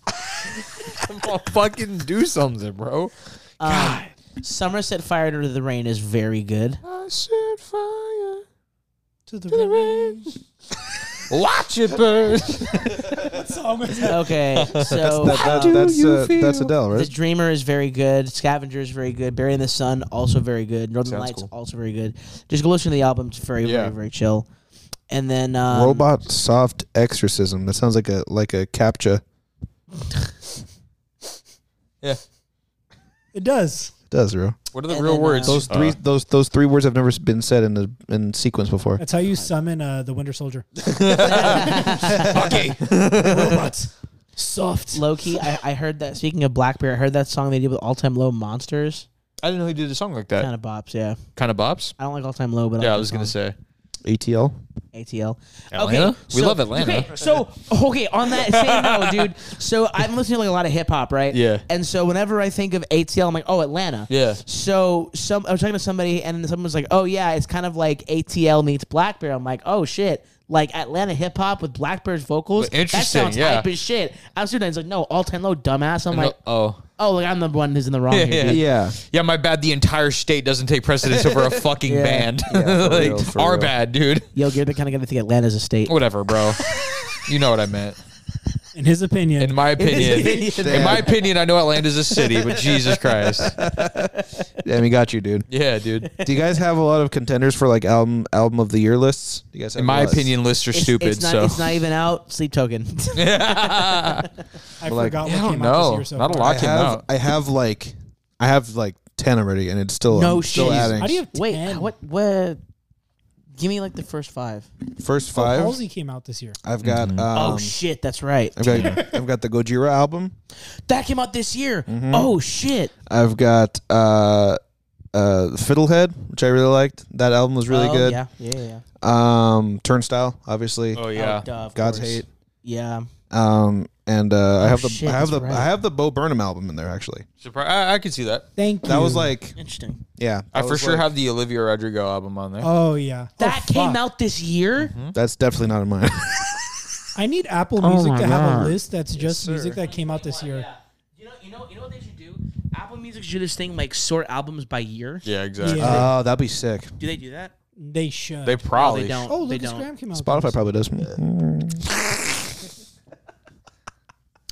S3: Come on, fucking do something, bro.
S2: Um, Summer set fire to the rain is very good.
S3: I set fire.
S4: to the rain.
S3: Watch it burn.
S4: What song was that?
S2: Okay. So
S1: That- that-
S2: um,
S1: that's
S3: you
S1: uh, that's
S3: feel?
S1: Adele,
S2: The
S1: right?
S2: Dreamer is very good. Scavenger is very good. Bury in the Sun also very good. Northern
S3: Sounds
S2: Lights
S3: cool.
S2: also very good. Just go listen to the album. It's very
S3: Yeah.
S2: very very chill. And then um,
S1: Robot soft exorcism. That sounds like a like a captcha.
S4: It does.
S1: It does, bro.
S3: What are the
S2: And
S3: real
S2: then, uh,
S3: words?
S1: Those
S3: Uh,
S1: three those those three words have never been said in a, in sequence before.
S4: That's how you summon uh, the Winter Soldier.
S3: Uh, okay.
S4: Robots, soft.
S2: Loki. I, I heard that. Speaking of Black Bear, I heard that song they did with All Time Low Monsters.
S3: I didn't know he did a song like that.
S2: Kind of bops. Yeah.
S3: Kind of bops.
S2: I don't like All Time Low, but
S3: Yeah,
S2: I,
S3: I was gonna say
S1: ATL.
S2: ATL.
S3: Atlanta. we
S2: so-
S3: love Atlanta.
S2: Okay, so okay, on that same note, dude. So I'm listening to like a lot of hip hop, right?
S3: Yeah.
S2: And so whenever I think of ATL, I'm like, oh, Atlanta.
S3: Yeah.
S2: So some I was talking to somebody, and someone was like, oh yeah, it's kind of like ATL meets Black Bear. I'm like, oh shit. Like Atlanta hip hop with Black Bear's vocals.
S3: Well, interesting,
S2: That sounds
S3: yeah.
S2: hype as shit. I was doing that. He's like, no, all time low, dumbass. I'm like,
S3: oh.
S2: oh, like I'm the one who's in the wrong here.
S3: Yeah.
S2: dude.
S1: Yeah.
S3: Yeah, my bad. The entire state doesn't take precedence over a fucking
S2: Yeah.
S3: band.
S1: Yeah, for
S3: Like,
S1: real, for
S3: our
S1: real.
S3: bad, dude.
S2: Yo, you're the kind of guy that think Atlanta's a state.
S3: Whatever, bro. you know what I meant.
S4: In his opinion,
S3: In my opinion. In
S1: Damn.
S3: my opinion, I know Atlanta's a city, but Jesus Christ.
S1: Damn, we got you, dude.
S3: Yeah, dude.
S1: Do you guys have a lot of contenders for like album album of the year lists? Do you guys have
S3: In
S1: a
S3: my
S1: list?
S3: opinion, lists are
S2: It's-
S3: stupid.
S2: It's not,
S3: so
S2: it's not even out. Sleep token.
S4: I
S1: like,
S4: forgot
S3: I
S4: what
S3: don't
S4: came out this
S3: know.
S4: year so
S3: Not a
S4: far.
S1: I
S3: lot came
S1: have
S3: out.
S1: I have like I have like ten already and it's still
S2: No
S1: I'm still
S2: shit.
S1: adding.
S4: How do you have
S2: Wait,
S4: 10?
S2: what? What? Give me like the first five.
S1: First
S4: Oh,
S1: five
S4: Halsey came out this year.
S1: I've got
S2: Oh
S1: um,
S2: shit, that's right.
S1: I've got I've got the Gojira album.
S2: That came out this year.
S3: Mm-hmm.
S2: Oh shit.
S1: I've got uh uh Fiddlehead, which I really liked. That album was really
S2: Oh,
S1: good.
S2: Yeah, yeah, yeah.
S1: Um Turnstile, obviously.
S3: Oh
S2: Oh,
S3: yeah.
S2: duh, of
S1: God's
S2: course.
S1: Hate.
S2: Yeah.
S1: Um and uh, I have the
S2: Oh, shit,
S1: I have the
S2: that's right.
S1: I have the Bo Burnham album in there actually.
S3: Surpri- I, I could see that.
S4: Thank you.
S1: That was like
S2: Interesting.
S1: yeah.
S3: I
S1: that
S3: for
S1: was
S3: sure
S1: like-
S3: have the Olivia Rodrigo album on there.
S4: Oh yeah. Oh,
S2: That came
S4: fuck.
S2: out this year.
S1: that's definitely not in mine.
S4: I need Apple
S3: Oh
S4: Music
S2: my
S4: to have
S2: God.
S4: a list that's just
S1: sir.
S4: music that came out this year.
S2: You know, you know, you know what they should do? Apple Music should do this thing like sort albums by year.
S3: Yeah, exactly.
S1: Oh,
S4: Yeah.
S1: that'd be sick.
S2: Do they do that?
S4: They should.
S3: They probably
S2: they don't.
S4: oh,
S2: they
S4: Lucas
S2: don't.
S4: Graham came out.
S1: Spotify probably does.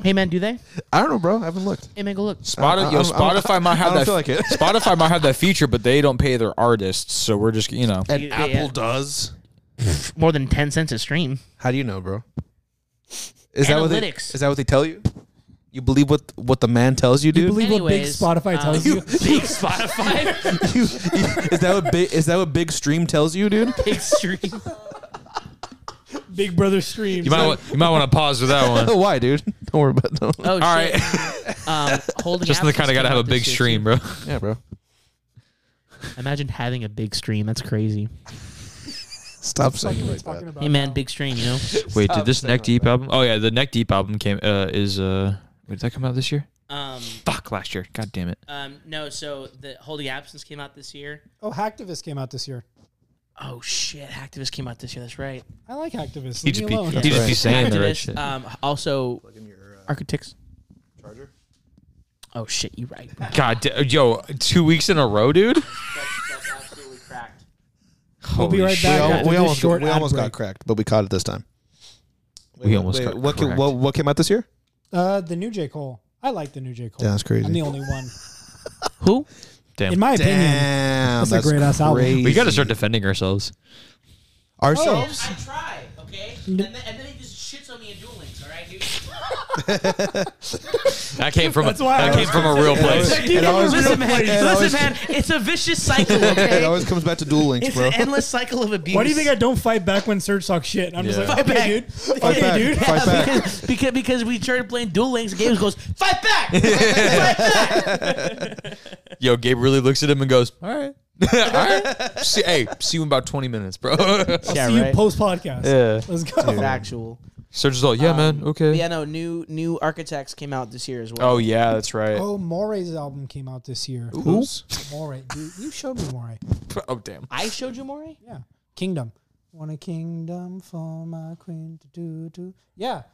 S2: Hey man, do they?
S1: I don't know, bro. I haven't looked.
S2: Hey man, go look.
S3: Spot-
S1: I-
S3: yo,
S1: I'm-
S3: Spotify might have
S1: I don't
S3: that.
S1: feel like it.
S3: Spotify might have that feature, but they don't pay their artists, so we're just you know.
S1: And
S2: Yeah.
S1: Apple does.
S2: More than ten cents a stream.
S1: How do you know, bro? Is that what they,
S2: Analytics.
S1: is that what they tell you? You believe what what the man tells you,
S4: You
S1: dude?
S4: believe what Big
S2: Anyways,
S4: Spotify
S2: um,
S4: tells you?
S2: Big Spotify.
S1: You- is that what big is that what big stream tells you, dude?
S2: Big stream.
S4: Big Brother streams.
S3: You might wa- you might want to pause with that one.
S1: Why, dude? Don't worry about it.
S2: Oh,
S3: All right,
S2: shit. Um, holding
S3: just the
S2: absence
S3: kind of got to
S2: came
S3: have a
S2: out this
S3: big
S2: year,
S3: stream, bro.
S1: Yeah, bro.
S2: too. Imagine having a big stream. That's crazy.
S1: Stop
S4: Fuck
S1: saying it
S4: are we
S1: like
S4: talking
S1: that.
S4: about
S2: Hey man,
S4: now?
S2: big stream. You know,
S3: Wait,
S1: Stop
S3: did this
S1: saying
S3: Neck
S1: it
S3: Deep
S1: like
S3: album? Oh yeah, the Neck Deep album came. Uh, is uh, wait, did that come out this year?
S2: um,
S3: Fuck, last year. God damn it.
S2: um, no. So the holding absence came out this year.
S4: Oh, Hacktivist came out this year.
S2: Oh shit, Hacktivist came out this year. That's right.
S4: I like Hacktivist.
S3: He
S4: Leave
S3: just
S4: me
S3: be
S4: alone.
S3: he just be
S1: Right.
S3: saying the right
S2: Activist,
S3: shit.
S2: um, also architects.
S1: Charger?
S2: Oh shit, you right.
S3: God, da- yo, two weeks in a row, dude.
S2: that's absolutely cracked.
S4: We'll be
S3: Holy
S4: right
S3: shit.
S1: We,
S4: back.
S1: al-
S4: after
S1: we
S4: this
S1: almost,
S4: short
S1: we almost
S4: ad
S1: got
S4: break.
S1: cracked, but we caught it this time.
S3: We almost got
S1: what, ca-
S3: cracked.
S1: what, what came out this year?
S4: Uh, the new J Cole. I like the new J Cole.
S1: Yeah, that's crazy.
S4: I'm the only one,
S2: Who?
S3: Damn.
S4: in my opinion.
S1: Damn,
S4: That's a great-ass album.
S1: crazy.
S3: we got to start defending ourselves.
S1: ourselves.
S2: I try, okay? And then, and then he just shits on me in Duel Links, all right, dude?
S3: That came from a,
S4: That's why I
S3: that came
S4: was
S3: from a real place.
S1: It always-
S2: listen, man,
S1: it always-
S2: listen, man, it's a vicious cycle,
S1: It
S2: okay?
S1: always comes back to duel links,
S2: It's
S1: bro.
S2: an endless cycle of abuse.
S4: Why do you think I don't fight back when Serge talks shit? I'm just
S3: Yeah.
S4: like,
S2: back.
S4: okay, dude.
S1: Fight back,
S4: dude.
S1: fight back.
S2: because, because because we started playing Duel Links games goes fight back, fight back.
S3: Yo, Gabe really looks at him and goes, "All right, all right. See, hey, see you in about twenty minutes, bro."
S2: Yeah,
S4: See you
S2: right.
S4: post podcast.
S3: yeah.
S4: Let's go.
S2: Factual.
S3: Serge is all, "Yeah, man, okay."
S2: Yeah, no. New new architects came out this year as well.
S3: Oh yeah, that's right.
S4: Oh, Morey's album came out this year. Morey, dude, you showed me Morey.
S3: Oh damn.
S2: I showed you eh? Maury.
S4: Yeah, Kingdom. Want a kingdom for my queen to do do. Yeah,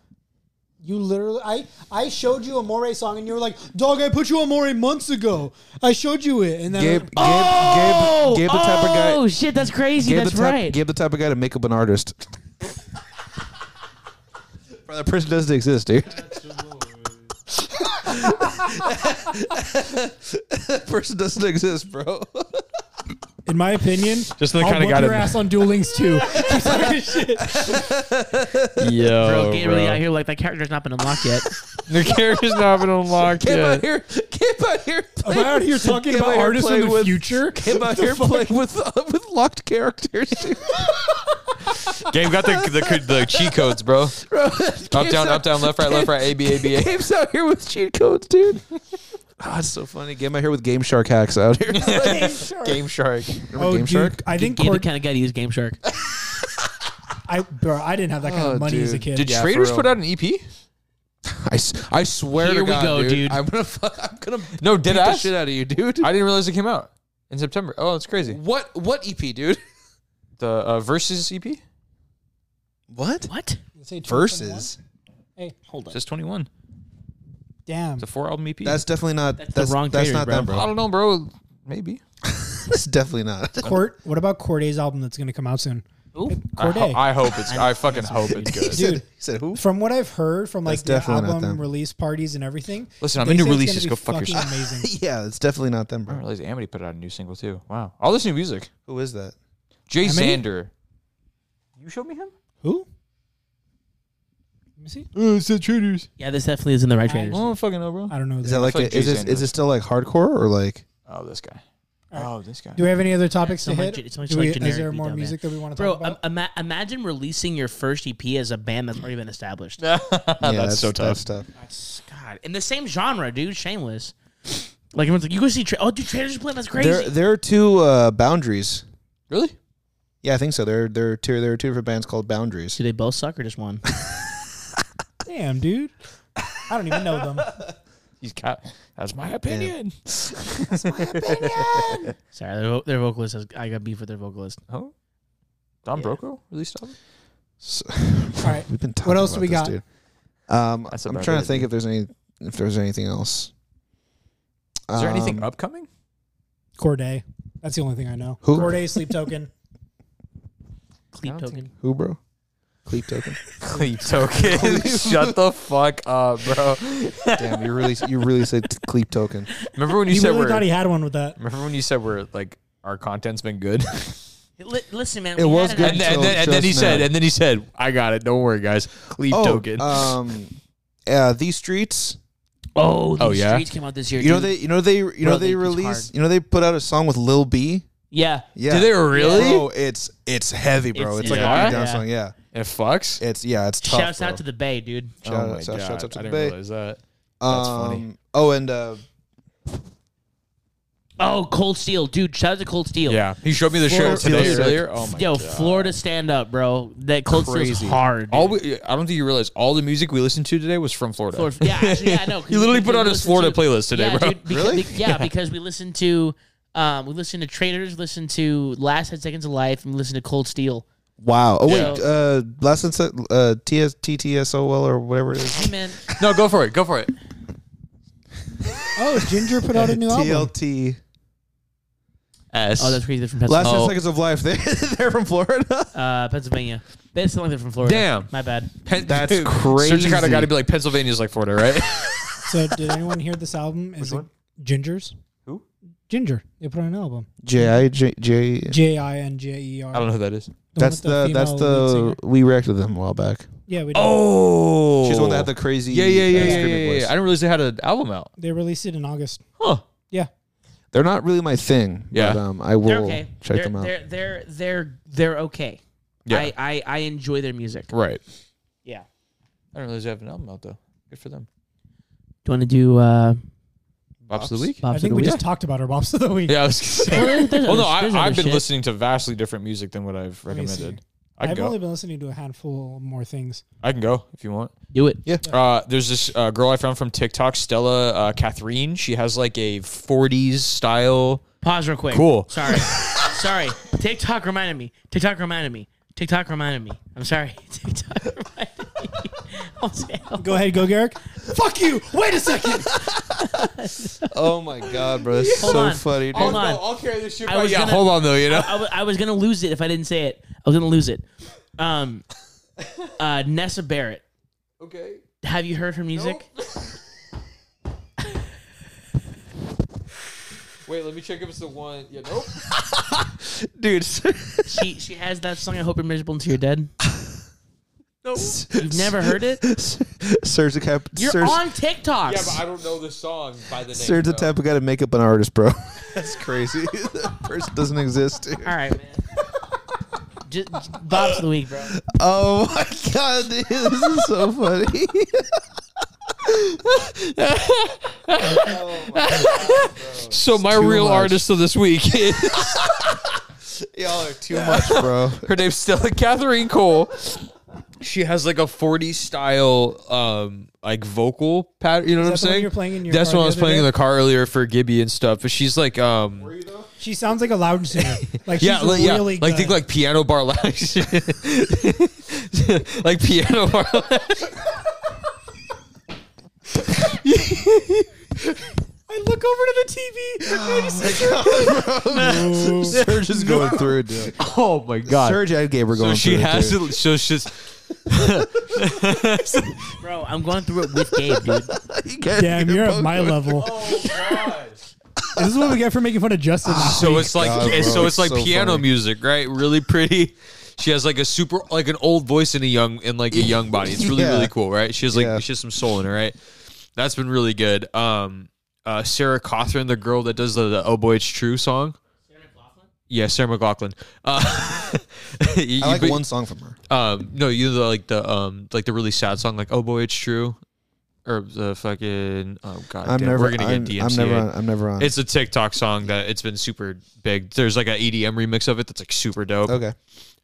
S4: you literally. I I showed you a Morey song, and you were like, "Dog, I put you on Morey months ago. I showed you it." And then
S1: Gabe, Gabe,
S2: Oh,
S1: Gabe, Gabe, the type of guy.
S2: Oh shit, that's crazy.
S1: Gabe
S2: that's
S1: the type,
S2: right.
S1: Gabe the type of guy to make up an artist. Bro, that person doesn't exist, dude. that person doesn't exist, bro.
S4: in my opinion,
S3: Just the
S4: I'll
S3: kinda
S4: whoop
S3: guy
S4: your
S3: that-
S4: ass on Duel Links too. shit.
S3: Yo,
S2: Bro,
S1: Oh,
S2: Gabe really out here like that character's not been unlocked yet.
S3: The character's not been unlocked
S1: Came
S3: yet.
S1: out here, came out here,
S4: Am I out here talking
S1: Came out
S4: about
S1: here
S4: artists in
S1: playing
S4: the
S1: with-
S4: future?
S1: came out here playing with uh, with locked characters, dude.
S3: Gabe got the the, the cheat codes, bro.
S1: Bro,
S3: Up down, up down, left right, left right, A B A B A.
S1: Gabe's out here with cheat codes, dude. Oh, it's so funny. Game out here with Game Shark hacks out here.
S3: Game Shark.
S1: Remember
S4: Oh,
S1: Game
S4: dude,
S1: Shark?
S4: I think
S2: Gabe the
S4: Cord-
S2: kind of guy to use Game Shark.
S4: I bro, I didn't have that kind
S1: Oh,
S4: of money as a
S1: dude.
S4: kid.
S3: Did
S1: Yeah, for
S3: Traders
S1: real.
S3: put out an E EP?
S1: I, s- I swear
S2: Here
S1: to
S2: we
S1: God,
S2: go,
S1: dude,
S2: dude.
S1: I'm gonna fu- I'm gonna
S3: No, did
S1: beat
S3: I?
S1: the shit out of you, dude.
S3: I didn't realize it came out in September. Oh, that's crazy.
S1: What what EP, dude?
S3: The uh, Versus EP?
S1: What?
S2: What?
S4: Say 12 and
S1: Versus.
S2: Hold on.
S3: Just 21.
S4: one? Damn.
S3: It's a four album EP.
S1: That's definitely not
S2: That's
S1: that's,
S2: the
S1: that's,
S2: wrong theory,
S1: not
S2: bro.
S1: them,
S3: I
S1: bro.
S3: don't know, bro. Maybe.
S1: that's definitely not.
S4: Court. What about Corday's album that's going to come out soon?
S2: Ooh.
S3: I, ho-
S4: Corday.
S3: I hope it's.
S2: I-
S3: I fucking hope it's
S1: he
S3: good.
S1: said,
S4: Dude.
S1: he said who?
S4: From what I've heard from like
S1: That's
S4: the
S1: definitely not
S4: album
S1: them.
S4: release parties and everything,
S3: Listen, I'm
S4: they
S3: into
S4: say it's
S3: releases. Go
S4: gonna be
S3: fuck
S4: fucking
S3: yourself.
S4: Amazing.
S1: yeah, it's definitely not them,
S3: I didn't
S1: bro.
S3: realize Amity put out a new single too. Wow. All this new music.
S1: Who is that?
S3: Jay
S4: Amity?
S3: Xander. You showed me him?
S4: Who?
S2: Let me see.
S3: Oh, it's the Traders.
S2: Yeah, this definitely is in the right traders.
S3: I don't fucking know, bro.
S4: I don't know.
S1: Is
S4: that.
S1: that like,
S3: like
S1: a, is
S3: Jay
S1: it is
S3: Xander.
S1: it still like hardcore or like
S3: Oh, this guy.
S4: Alright.
S3: Oh, this guy.
S4: Do we have any other topics
S2: so
S4: to
S2: much-
S4: hit?
S2: it's so much,
S4: Do
S2: like,
S4: we-
S2: generic
S4: is there more
S2: beatdown
S4: music that we want to
S2: Bro,
S4: talk
S2: um,
S4: about?
S2: ima- imagine releasing your first EP as a band that's already been established.
S1: yeah,
S3: Oh, that's so tough.
S1: That's tough.
S2: That's God. In the same genre, dude. Shameless. Like everyone's like, you go see Tra- oh, dude, Traders playing. That's crazy.
S1: There there are two uh, boundaries.
S3: Really?
S1: Yeah, I think so. There there are two there are two different bands called Boundaries.
S2: Do they both suck or just one?
S4: Damn, dude. I don't even know them.
S3: He's got. That's my opinion.
S2: Sorry, their, vo- their vocalist has. I got beef with their vocalist.
S3: Oh. Don
S2: Yeah.
S3: Broco released album?
S1: So-
S4: All right.
S1: We've been talking
S4: What else do
S1: about
S4: we
S1: this,
S4: got?
S1: dude. Um,
S3: That's
S1: I'm
S3: about
S1: trying
S3: it,
S1: to think if there's any if there's anything else.
S3: Is there anything
S1: Um,
S3: upcoming?
S4: Corday. That's the only thing I know.
S1: Who?
S4: Corday, Sleep Token.
S2: Cleat
S3: don't
S2: token.
S1: Who, bro? Cleep token.
S3: Cleep token. Shut the fuck up, bro.
S1: Damn, you really you really said t- Cleep token.
S3: Remember when you
S4: You
S3: said
S4: really
S3: we're.
S4: thought he had one with that.
S3: remember when you said we're like our content's been good?
S2: Li- listen, man.
S1: It
S2: we
S1: was
S2: had an-
S1: good.
S3: and
S1: So
S3: then, and then, and then he
S1: just
S3: said,
S1: now. Oh,
S3: and then he said, "I got it. Don't worry, guys. Cleave token."
S1: um, uh, these streets.
S2: Oh,
S3: Oh,
S2: these
S3: yeah?
S2: streets came out this year.
S1: You know
S2: dude.
S1: they you know they you know
S2: Bro,
S1: they
S2: they- it's
S1: released
S2: hard.
S1: you know they put out a song with Lil B.
S2: Yeah.
S1: Yeah.
S3: Did they really?
S1: Bro, it's it's heavy, bro.
S2: It's-
S1: It's, like
S3: yeah.
S1: a beat down
S2: Yeah.
S1: song. Yeah.
S3: It fucks.
S1: It's yeah, it's tough.
S2: Shouts
S1: bro.
S2: out to the Bay, dude.
S1: Shout
S3: oh my
S1: out- shout-
S3: god!
S1: shouts out to
S3: I
S1: the
S3: didn't
S1: Bay.
S3: realize that. That's funny.
S1: Um, Oh, and uh,
S2: Oh, Cold Steel, dude. Shout out to Cold Steel.
S3: Yeah, he showed me the show
S1: Florida-
S3: today
S1: Florida-
S3: earlier. Oh my
S2: Yo,
S3: god!
S2: Florida stand up, bro. That Cold Steel's
S1: Crazy.
S2: hard. dude.
S3: All we, I don't think you realize all the music we listened to today was from Florida.
S2: Florida. Yeah, actually, yeah, I know. 'cause
S3: He literally
S2: we-
S3: put
S2: we
S3: on his
S2: listened
S3: Florida playlist today,
S2: yeah,
S3: bro.
S2: Dude, because,
S1: Really?
S2: be- yeah, because we listened to um, we listened to Traders, listened to Last Ten Seconds of Life, and we listened to Cold Steel.
S1: wow. Oh wait,
S2: Yeah.
S1: uh, last and se- uh, TS TTSOL or whatever it is.
S2: Hey man,
S3: No, go for it. Go for it.
S4: Oh, Ginger put out a new album.
S1: TLT.
S3: S.
S2: oh, that's crazy. They're from
S1: Last
S2: Pennsylvania.
S1: ten
S3: Oh.
S1: seconds of life. They're, they're from Florida.
S2: uh, Pennsylvania. They sound like they're from Florida.
S3: Damn.
S2: my bad.
S3: Pen-
S1: That's
S3: Dude,
S1: crazy.
S3: Search kind of got to be like Pennsylvania's like Florida, right?
S4: So, did anyone hear this album? Is
S5: Which
S4: it Ginger's?
S5: Who?
S4: Ginger. They put out an album.
S1: J I J J.
S4: J I N J E R.
S3: I don't know who that is.
S1: That's the, that's the we reacted them a while back.
S4: yeah. We did.
S3: Oh,
S1: She's the one that had the crazy.
S3: yeah, yeah, yeah,
S1: uh,
S3: yeah, yeah,
S1: screaming
S3: yeah,
S1: voice.
S3: yeah. I didn't realize they had an album out.
S4: They released it in August.
S3: Huh?
S4: Yeah.
S1: They're not really my thing.
S3: Yeah.
S1: but, um, I will
S2: They're okay.
S1: check
S2: they're,
S1: them out.
S2: They're they're they're they're okay.
S3: Yeah.
S2: I, I I enjoy their music.
S3: Right.
S2: Yeah.
S3: I didn't realize they have an album out though. Good for them.
S2: Do you want to do uh,
S3: Bops, of the week.
S2: Bob's
S4: I think we just talked about our bops of the week.
S3: Yeah, I was gonna say.
S2: Well, there's
S3: well, Oh,
S2: other-
S3: no, I,
S2: there's
S3: I've
S2: other
S3: been
S2: shit.
S3: listening to vastly different music than what I've
S4: Let me see.
S3: recommended. I can
S4: I've
S3: go.
S4: only been listening to a handful more things.
S3: I can go if you want.
S2: Do it.
S3: Uh, there's this uh, girl I found from TikTok, Stella uh, Catherine. She has like a 40s style.
S2: Pause real quick.
S3: Cool.
S2: Sorry. sorry. TikTok reminded me. TikTok reminded me. TikTok reminded me. I'm sorry. TikTok reminded me. I'm sorry.
S4: Go ahead, go Garrick. Fuck you. Wait a second.
S1: Oh my god, bro, that's
S2: Hold
S1: so
S2: on.
S1: funny.
S2: Hold
S1: dude.
S2: on.
S3: carry this shit.
S2: I by was you. gonna-
S3: hold on though. You know,
S2: I, wa- I was gonna lose it if I didn't say it. I was gonna lose it. Um, uh, Nessa Barrett.
S3: Okay.
S2: Have you heard her music?
S3: Wait, let me check if it's the one. Yeah, nope.
S1: dude.
S2: She she has that song. I hope you're miserable until you're dead.
S3: nope.
S2: You've never heard it?
S1: Serge the Cap.
S2: You're
S1: Serge,
S2: on TikTok.
S3: don't know the song by the name.
S1: Serge the Cap got to make up an artist, bro. That's crazy. that person doesn't exist. dude.
S2: All right, man. Just Bob's of the week, bro.
S1: Oh my god, dude, this is so funny. Oh
S3: So my
S1: too
S3: real
S1: much.
S3: artist of this week is
S1: Y'all are too much, bro.
S3: her name's Stella Catherine Cole. She has like a 40s style um like vocal pattern. You know what I'm
S4: that the one
S3: saying?
S4: you were playing in your
S3: That's
S4: car
S3: what I
S4: the
S3: was
S4: other
S3: playing in
S4: day?
S3: the car earlier for Gibby and stuff. But she's like um
S4: She sounds like a loud singer. Like she's
S3: yeah, like, yeah,
S4: really
S3: like
S4: good.
S3: think like piano bar lounge, like piano bar.
S4: I look over to the TV. and I just-
S1: Serge is going through it, dude.
S3: Oh my god!
S1: Serge and Gabe are
S3: so
S1: going
S3: she
S1: through
S3: has
S1: it. dude.
S3: to. So she's
S2: Bro, I'm going through it with Gabe, dude.
S1: You can't
S4: Damn,
S1: even
S4: you're at
S1: poke
S4: my
S3: Oh,
S1: one.
S4: level. This is what we get for making fun of Justin.
S3: so it's like
S1: God,
S3: it's-
S1: bro,
S3: so
S1: it's
S3: it's like
S1: so
S3: piano
S1: funny.
S3: music, right? Really pretty. She has like a super like an old voice and a young and like a young body. It's really
S1: Yeah.
S3: really cool, right? She has like
S1: Yeah.
S3: she has some soul in her, right? That's been really good. Um, uh, Sarah Cawthorn, the girl that does the, the "Oh Boy It's True" song. Yeah, Sarah McLaughlin. Uh, you-
S1: I
S3: you-
S1: like
S3: but-
S1: one song from her.
S3: Um, no, you know, the, like the um, like the really sad song, like "Oh Boy, It's True," or the fucking oh god,
S1: I'm
S3: damn,
S1: never.
S3: we're gonna
S1: I'm,
S3: get
S1: I'm
S3: DMCA.
S1: never. On, I'm never on.
S3: It's a TikTok song that it's been super big. There's like an EDM remix of it that's like super dope.
S1: okay.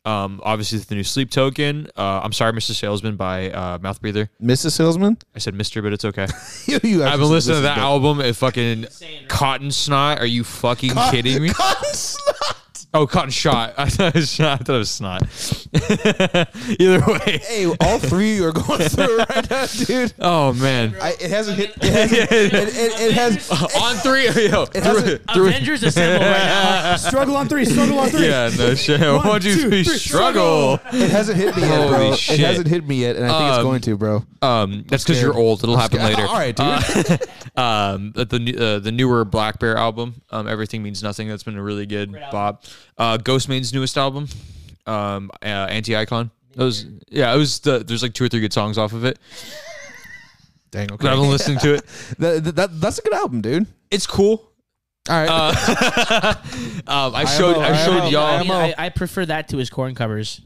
S3: Um, obviously the new Sleep Token. Uh, I'm sorry, Mr. Salesman by uh, Mouth Breather.
S1: Mrs. Salesman.
S3: I said Mr., but it's okay.
S1: you, you
S3: I've
S1: actually
S3: been listening to that
S1: listened
S3: album. It fucking
S2: Insane, right?
S3: Cotton Snot. Are you fucking kidding me? Oh, Cotton Shot. I thought it was shot. I thought it was snot. Either way.
S1: Hey, all three of you are going through it right now, dude.
S3: Oh man.
S1: I, it hasn't hit. It, hasn't, it, it, it has.
S3: on three, yo, through,
S1: hasn't-
S3: through,
S2: Avengers assemble right now.
S4: struggle on three, struggle on three.
S3: yeah, no shit. One, two,
S4: two,
S3: three,
S4: three,
S3: struggle.
S1: It hasn't hit me yet,
S3: Holy
S1: bro.
S3: shit.
S1: It hasn't hit me yet, and I think it's
S3: Um,
S1: going to, bro.
S3: Um, that's because you're
S1: scared.
S3: old. It'll happen
S1: scared.
S3: later.
S1: All right, dude.
S3: Uh, um, but the new- uh, the newer Black Bear album, um, everything means nothing. That's been a really good bop. Uh, Ghost Main's newest album, um, uh, Anti Icon. That was yeah. It was the there's like two or three good songs off of it.
S1: Dang. Okay.
S3: But I've been listening to it.
S1: That, that, that- that's a good album, dude.
S3: It's cool.
S1: All right.
S3: Um, I showed
S1: a-
S3: I,
S1: I am
S3: showed
S1: a-
S3: y'all.
S2: I, mean, I, I prefer that to his corn covers.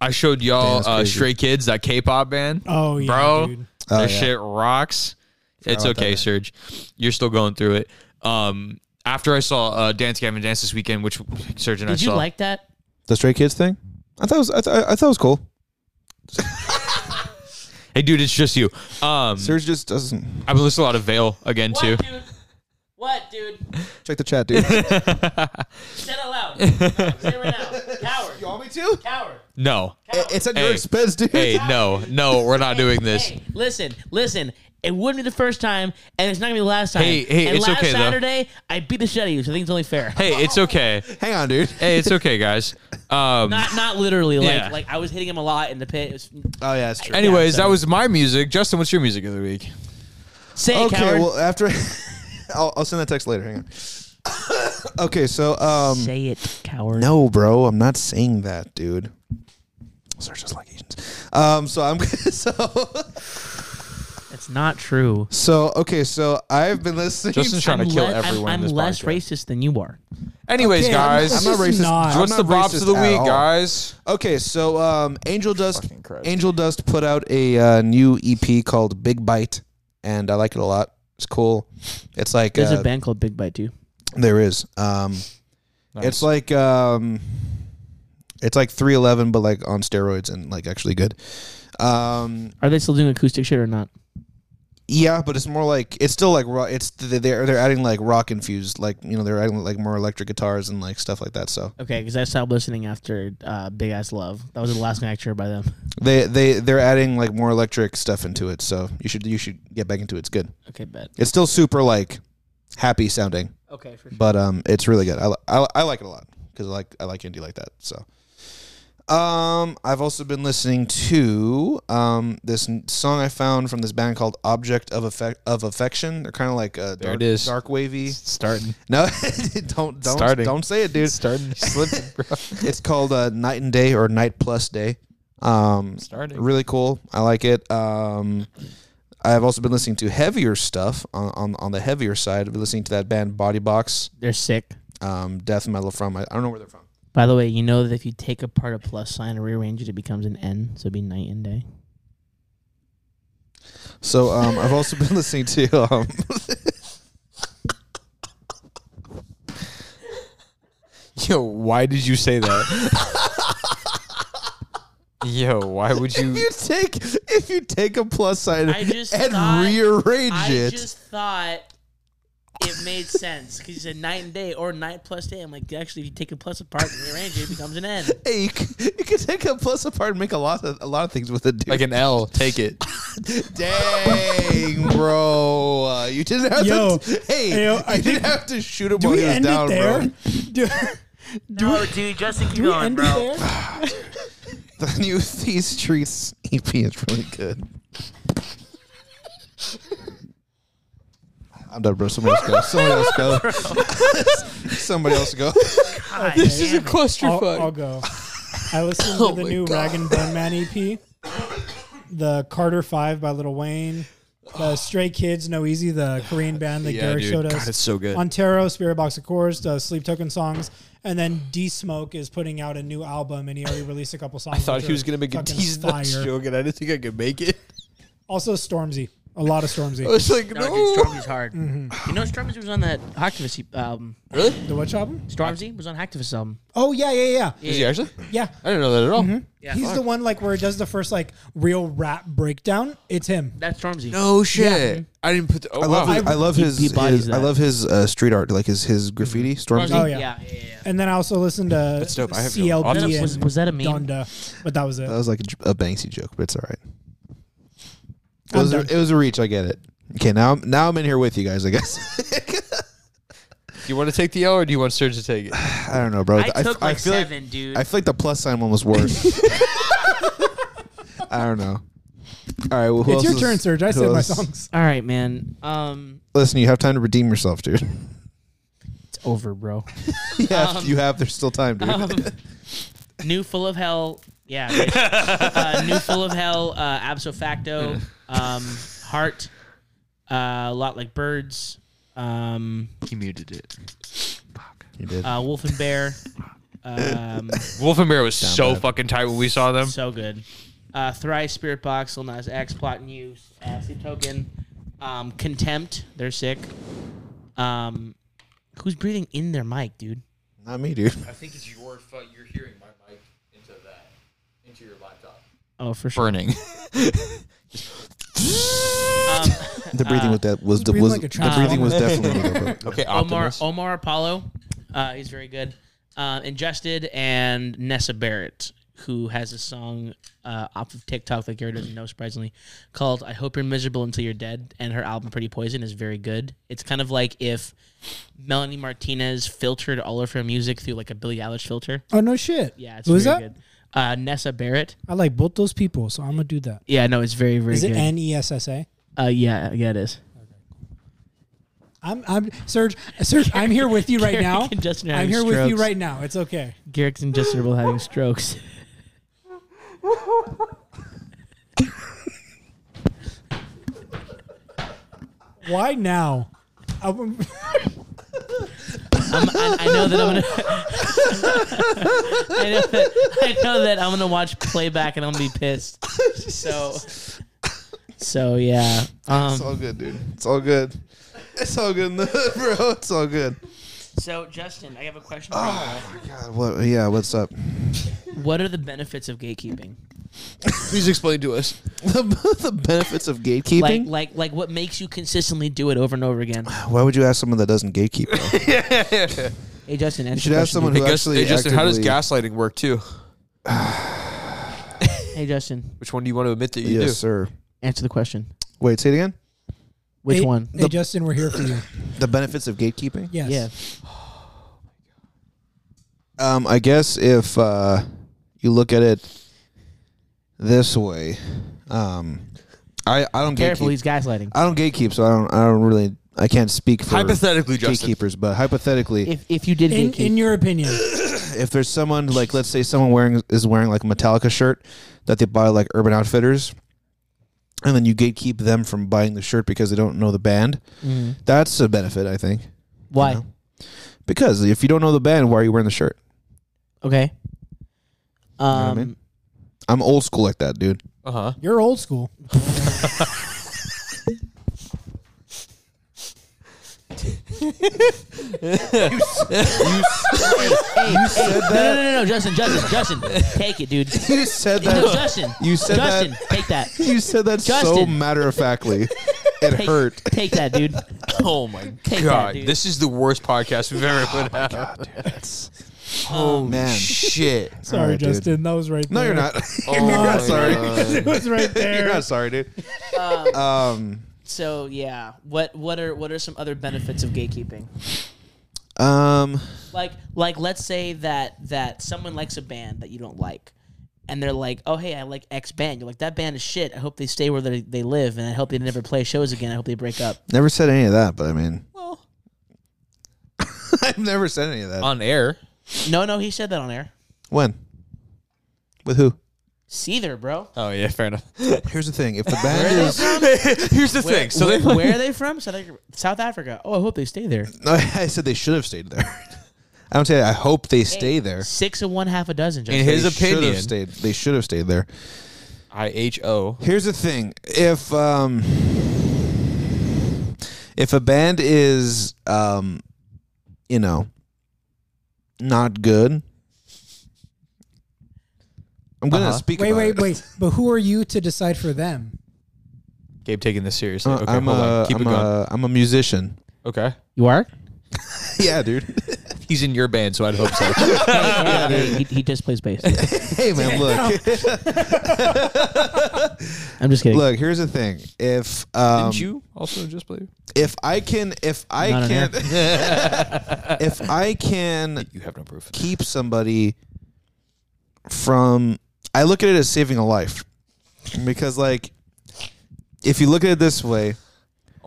S3: I showed
S1: Damn,
S3: y'all
S1: that's
S3: uh,
S1: crazy.
S3: Stray Kids, that K-pop band.
S4: Oh yeah,
S3: bro,
S4: dude.
S1: Oh,
S3: that
S1: yeah.
S3: shit rocks.
S1: about
S3: It's
S1: that
S3: okay,
S1: band.
S3: Serge. You're still going through it. Um, after I saw uh, Dance Gavin Dance this weekend, which Serge and I
S2: Did you
S3: saw,
S2: like that?
S1: The Stray Kids thing? I thought it was, I, th- I thought it was cool.
S3: hey, dude, it's just you. Um,
S1: Serge just doesn't
S3: I've been listening to a lot of Veil again too.
S2: dude? What, dude?
S1: check the chat, dude. you
S2: Say it out loud. Say it right now.
S1: want
S2: Coward.
S1: Oh, me to?
S2: Coward.
S3: No,
S1: It's at your
S3: Hey.
S1: expense, dude.
S3: hey, no, no, we're not doing this.
S2: Hey, listen, listen. It wouldn't be the first time, and it's not gonna be the last time.
S3: Hey, hey,
S2: and
S3: it's
S2: last
S3: okay, though.
S2: Saturday, I beat the shit out of you, so I think it's only fair.
S3: Hey, it's okay.
S1: Hang on, dude.
S3: Hey, it's okay, guys. Um,
S2: Not not literally, like
S3: Yeah.
S2: like I was hitting him a lot in the pit. It was,
S1: Oh, yeah, it's true.
S3: anyways,
S2: Yeah, so-
S3: that was my music. Justin, what's your music of the week?
S2: say it,
S1: okay,
S2: coward.
S1: well, after. I'll, I'll send that text later. Hang on. okay, so. um.
S2: say it, coward.
S1: No, bro, I'm not saying that, dude. Those are just like Asians. Um, so I'm so
S2: That's not true.
S1: so okay. So I've been listening.
S3: Justin's trying to
S2: I'm
S3: kill
S2: le- I'm-
S3: everyone. in
S2: I'm,
S3: this
S2: less
S3: podcast.
S2: racist than you are.
S3: Anyways,
S4: Okay,
S3: guys,
S4: I'm not racist. Not.
S1: I'm
S3: what's
S1: not
S3: the props
S1: racist
S3: of the
S1: at
S3: week,
S1: all.
S3: guys?
S1: Okay, so um, Angel Dust,
S5: Fucking Christ.
S1: Angel Dust put out a uh, new EP called Big Bite, and I like it a lot. It's cool. It's like
S2: There's
S1: uh,
S2: a band called Big Bite too.
S1: there is. Um,
S3: Nice.
S1: It's like um, it's like 311, but like on steroids and like actually good. Um,
S2: Are they still doing acoustic shit or not?
S1: Yeah, but it's more like it's still like rock. It's th- they're they're adding like rock infused, like you know they're adding like more electric guitars and like stuff like that. So
S2: Okay, because I stopped listening after uh, Big Ass Love. That was the last thing I heard by them.
S1: they they they're adding like more electric stuff into it. So you should you should get back into it. It's good.
S2: Okay, bet.
S1: It's still super like happy sounding,
S2: Okay, for sure.
S1: but um, it's really good. I li- I, li- I like it a lot because I like I like indie like that. So. Um, I've also been listening to um this n- song I found from this band called Object of Affect of Affection. They're kind of like a dark,
S3: it is.
S1: dark wavy.
S3: starting.
S1: No, don't don't
S3: Starting.
S1: don't say it, dude.
S3: starting.
S1: Slipping, It's called uh, Night and Day or Night Plus Day. Um,
S3: Starting.
S1: really cool. I like it. Um, I've also been listening to heavier stuff on, on on the heavier side. I've been listening to that band Body Box,
S2: They're sick.
S1: um, death metal from. I, I don't know where they're from.
S2: By the way, you know that if you take apart a plus sign and rearrange it, it becomes an N, so it'd be night and day.
S1: So um, I've also been listening to. Um,
S3: Yo, why did you say that?
S5: Yo, why would
S1: if
S5: you?
S1: you take if you take a plus sign
S2: I just
S1: and
S2: thought-
S1: rearrange
S2: I
S1: it,
S2: just thought it made sense because you said night and day or night plus day. I'm like, actually, if you take a plus apart and rearrange it, it becomes an N.
S1: hey, you, c- you can take a plus apart and make a lot of a lot of things with it. Dude.
S3: like an L. Take it.
S1: Dang, bro. Uh, you didn't have
S4: Yo,
S1: to. Hey,
S4: yo, I
S1: you didn't
S4: think-
S1: have to shoot him
S4: Do
S1: while
S4: we
S1: he was
S4: end
S1: down,
S4: it there?
S1: bro.
S4: Do, do we,
S2: dude, Justin, keep
S4: do we end it there?
S1: The new These Streets EP is really good. I'm done, bro. Somebody else go. Somebody else go. Somebody else go.
S2: this is
S4: I'll, I'll go. I listened
S1: Oh
S4: to the new Rag and Bone Man EP, the Carter Five by Little Wayne, the Stray Kids, No Easy, the Korean band that Garrick showed us.
S3: God, it's so good.
S4: Ontario, Spirit Box of Chorus, the Sleep Token songs, and then D Smoke is putting out a new album, and he already released a couple songs. I
S5: Thought he was gonna make a tease nuts joke, and I didn't think I could make it.
S4: Also Stormzy, a lot of
S5: I
S4: Stormzy.
S5: was like,
S2: No,
S5: no.
S2: dude, Stormzy's hard. You know, Stormzy was on that Hacktivist album.
S4: the which album?
S2: Stormzy was on um, Hacktivist album.
S4: Oh yeah, yeah, yeah,
S3: Is he actually?
S4: yeah.
S3: I didn't know that at all.
S4: Mm-hmm.
S2: Yeah,
S4: He's the one like where he does the first like real rap breakdown. It's him.
S2: that's Stormzy.
S1: Oh,
S3: No shit. I didn't put. The, oh,
S1: I love
S3: wow.
S1: his, I love
S2: He-
S1: his,
S2: he bodies
S1: his- I
S2: that. Mm-hmm.
S1: love his uh, street art, like his his graffiti, Stormzy.
S4: Oh,
S2: yeah,
S4: yeah.
S2: yeah, yeah. yeah.
S4: And then I also listened to
S3: That's dope. I have no-
S4: CLB
S3: Awesome.
S4: and
S2: Was- was that a meme?
S4: Donda, but that was it.
S1: That was like a, j- a Banksy joke, but it's all right. It
S4: I'm
S1: was, a,
S4: done.
S1: it was a reach. I get it. Okay, now I'm- now I'm in here with you guys. I guess.
S3: do you want to take the L or do you want Serge to take it?
S1: I don't know, bro.
S2: I
S1: f-
S2: took like
S1: feel
S2: seven, dude.
S1: I feel like the plus sign one was worse. I don't know. All right, well, who
S4: it's your
S1: else
S4: turn,
S1: is-
S4: Serge. I
S1: who
S4: said my
S1: else-
S4: songs.
S2: All right, man. Um,
S1: Listen, you have time to redeem yourself, dude.
S2: it's over, bro.
S1: you, have,
S2: Um,
S1: you have. There's still time, dude.
S2: Um, new full of hell. Yeah. bitch. uh, new full of hell. Uh, abso facto. Um, heart. Uh, a lot like birds. Um,
S3: He muted it.
S1: you did.
S2: uh, wolf and bear. Um,
S3: Wolf and Bear was
S1: Sound
S3: so
S1: bad.
S3: fucking tight when we saw them.
S2: so good. Uh, Thrice, Spirit Box, Lil Nas X, Plot and Use, uh, Sleep Token, um, Contempt. They're sick. Um, who's breathing in their mic, dude?
S1: Not me, dude.
S2: um,
S3: I think it's your you're hearing my mic into that into your laptop.
S2: Oh, for sure.
S3: Burning.
S2: Um,
S1: The breathing with that was the
S4: breathe
S1: was
S4: like a
S1: the breathing was definitely
S5: Okay,
S2: Omar
S5: Optimus.
S2: Omar Apollo, uh, he's very good. Uh, Ingested and Nessa Barrett, who has a song uh, off of TikTok that Gary doesn't know surprisingly, called "I Hope You're Miserable Until You're Dead," and her album "Pretty Poison" is very good. It's kind of like if Melanie Martinez filtered all of her music through like a Billie Eilish filter.
S4: Oh no shit.
S2: Yeah, it's
S4: Who's
S2: very
S4: that?
S2: good. Uh, Nessa Barrett.
S4: I like both those people, so I'm gonna do that.
S2: Yeah, no, it's very very
S4: Is
S2: good.
S4: it N E S S A?
S2: uh, yeah, yeah, it is.
S4: I'm I'm Serge Serge, I'm here with you right
S2: Garrick
S4: now.
S2: and Justin are
S4: I'm
S2: having
S4: here with you
S2: strokes.
S4: right now. It's okay.
S2: Garrick's and Justin are both having strokes.
S4: Why now? Uh, I,
S2: I'm, I, I know that I'm gonna. I, know that, I know that I'm gonna watch playback and I'm gonna be pissed. So, so yeah.
S1: It's
S2: Um,
S1: all good, dude. It's all good. It's all good in the hood, bro. It's all good.
S2: so Justin, I have a question for you.
S1: God, what? Yeah, what's up?
S2: What are the benefits of gatekeeping?
S3: Please explain to us.
S1: the, the benefits of
S2: Like,
S1: gatekeeping.
S2: like, like, what makes you consistently do it over and over again?
S1: Why would you ask someone that doesn't gatekeep? Though?
S2: Hey, Justin,
S1: You
S2: answer
S1: should
S2: the
S1: ask
S2: question,
S1: someone
S2: dude.
S1: who actually.
S3: Justin, how does
S1: actively-
S3: gaslighting work too?
S2: Hey, Justin,
S5: Which one do you want to admit that you
S1: Yes,
S5: do?
S1: sir.
S2: answer the question.
S1: Wait, say it again.
S2: Which
S4: Hey-
S2: one?
S4: Hey Justin, we're here for you.
S1: The benefits of gatekeeping.
S4: Yes.
S2: Yeah.
S1: Um, I guess if uh, you look at it this way, um, I I don't
S2: Careful,
S1: gatekeep.
S2: he's gaslighting.
S1: I don't gatekeep, so I don't I don't really I can't speak for
S3: Hypothetically, Justin.
S1: gatekeepers. But hypothetically,
S2: If, if you did
S4: In
S2: gatekeep,
S4: in your opinion.
S1: if there's someone like let's say someone wearing is wearing like a Metallica shirt that they buy like Urban Outfitters, and then you gatekeep them from buying the shirt because they don't know the band,
S2: Mhm.
S1: that's a benefit I think.
S2: why?
S1: know. Because if you don't know the band, why are you wearing the shirt?
S2: Okay.
S1: know what I
S2: Um,
S1: mean? I'm old school like that, dude.
S5: Uh
S3: Uh-huh.
S5: huh.
S4: You're old school.
S2: Hey, hey, No, no, no, no, Justin, Justin, Justin, take it, dude.
S1: You said
S2: No,
S1: that.
S2: Justin,
S1: You said
S2: Justin,
S1: that.
S2: take that,
S1: You said that so
S2: Justin.
S1: matter of factly. It
S2: take,
S1: hurt.
S2: take that, dude.
S3: Oh my
S2: Take that,
S3: god,
S2: dude.
S3: this is the worst podcast we've ever put out.
S1: Oh man.
S3: Shit.
S4: Sorry,
S1: right, dude.
S4: Justin. That was right
S1: No,
S4: there.
S1: you're not.
S3: Oh
S1: you're
S3: my
S1: not sorry.
S4: it was right
S1: You're
S4: there.
S1: not sorry, dude.
S2: Um,
S1: Um,
S2: so yeah, what what are what are some other benefits of gatekeeping?
S1: um,
S2: Like like let's say that that someone likes a band that you don't like. And they're like, oh hey, I like X band. You're like, that band is shit. I hope they stay where they, they live, and I hope they never play shows again. I hope they break up.
S1: never said any of that, but I mean,
S2: Well,
S1: I've never said any of that.
S3: On air.
S2: no, no, he said that on air.
S1: When? With who?
S2: Seether, bro.
S3: Oh yeah, fair enough.
S1: Here's the thing: if the band is,
S3: Here's the
S2: Where,
S3: thing. So
S2: where,
S3: they
S2: where are they from? South, Africa- South Africa. Oh, I hope they stay there.
S1: No, I said they should have stayed there. I don't say that. I hope they stay there.
S2: Six of one, half a dozen. Justin.
S3: In his
S1: They should have
S3: opinion,
S1: stayed. They should have stayed there.
S3: I H O.
S1: Here's the thing: if um, if a band is um, you know, not good, I'm gonna
S3: Uh-huh.
S1: speak.
S4: Wait,
S1: about
S4: wait,
S1: it.
S4: wait. But who are you to decide for them?
S3: Gabe taking this seriously.
S1: Uh,
S3: Okay,
S1: I'm,
S3: hold
S1: a,
S3: on. Keep
S1: I'm, uh,
S3: it going.
S1: a, I'm a musician.
S3: okay.
S2: you are.
S1: yeah, dude.
S3: He's in your band, so I'd hope so.
S2: he, he just plays bass.
S1: hey, man, look,
S2: I'm just kidding.
S1: look. Here's the thing: if um,
S3: Didn't you also just play?
S1: if I can, if I
S2: Not on
S1: can, if I can
S3: You have no proof.
S1: keep somebody from, I look at it as saving a life, because like, if you look at it this way,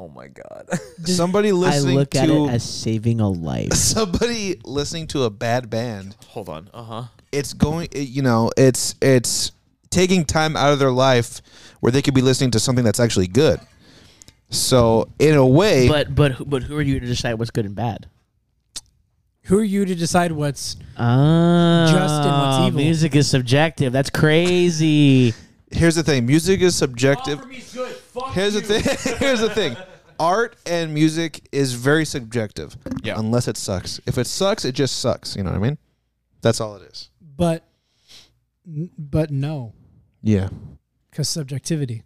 S3: Oh my god.
S1: somebody
S2: I
S1: listening
S2: look
S1: to
S2: at it as saving a life.
S1: somebody listening to a bad band
S3: Hold on. Uh huh.
S1: it's going it- you know it's it's taking time out of their life where they could be listening to something that's actually good so in a way
S2: But but who- but who are you to decide what's good and bad?
S4: Who are you to decide what's?
S2: Oh,
S4: Justin, what's evil?
S2: Music is subjective. That's crazy.
S1: Here's the thing: music is subjective. Here's the thing. Here's the thing. Art and music is very subjective.
S3: Yeah.
S1: Unless it sucks. If it sucks, it just sucks. You know what I mean? That's all it is.
S4: But, but no,
S1: Yeah.
S4: because subjectivity.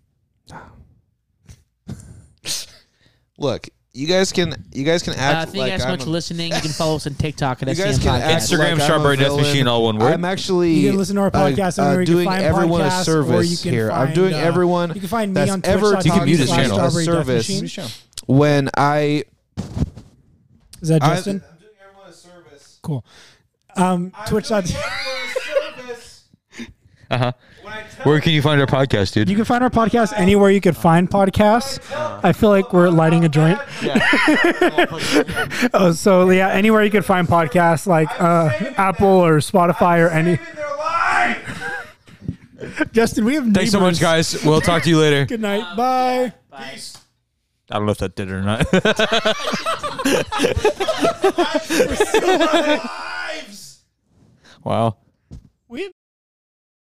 S1: Look, you guys can you guys can
S2: Uh,
S1: act
S2: thank
S1: like
S2: you guys so
S1: I'm
S2: much
S1: a-
S2: for listening. You can follow us on TikTok at
S1: You guys
S2: SCM
S1: can
S2: Podcast.
S1: act
S3: Instagram,
S1: like I'm a
S3: Strawberry Death
S1: villain.
S3: Machine, all one word.
S1: I'm actually
S4: You can listen to our podcast
S1: uh,
S4: on
S1: uh,
S4: where you
S1: doing
S4: can find
S1: everyone
S4: podcasts,
S1: a
S4: or you
S1: service
S4: can
S1: here. I'm
S4: find,
S1: doing
S4: uh,
S1: everyone
S4: You can find me
S1: that's
S4: on
S1: ever
S4: Twitch.
S1: You can
S3: mute his channel.
S1: service.
S3: Mute his channel.
S1: when I
S4: Is that
S1: I-
S4: Justin?
S1: I'm doing everyone a service.
S4: cool. Um,
S1: I'm
S4: Twitch.
S1: doing
S4: dot-
S1: everyone a service
S3: Uh-huh.
S1: when I tell
S3: Where can you find our podcast, dude?
S4: You can find our podcast anywhere you could find podcasts. I feel like we're lighting a joint. oh, so yeah, anywhere you could find podcasts like uh, Apple or Spotify or any.
S1: their life.
S4: Justin, we have
S3: Thanks so much,
S4: neighbors.
S3: guys. We'll talk to you later.
S4: Good night. Bye.
S3: I don't know if that did it or not.
S1: Lives.
S3: wow.
S4: We have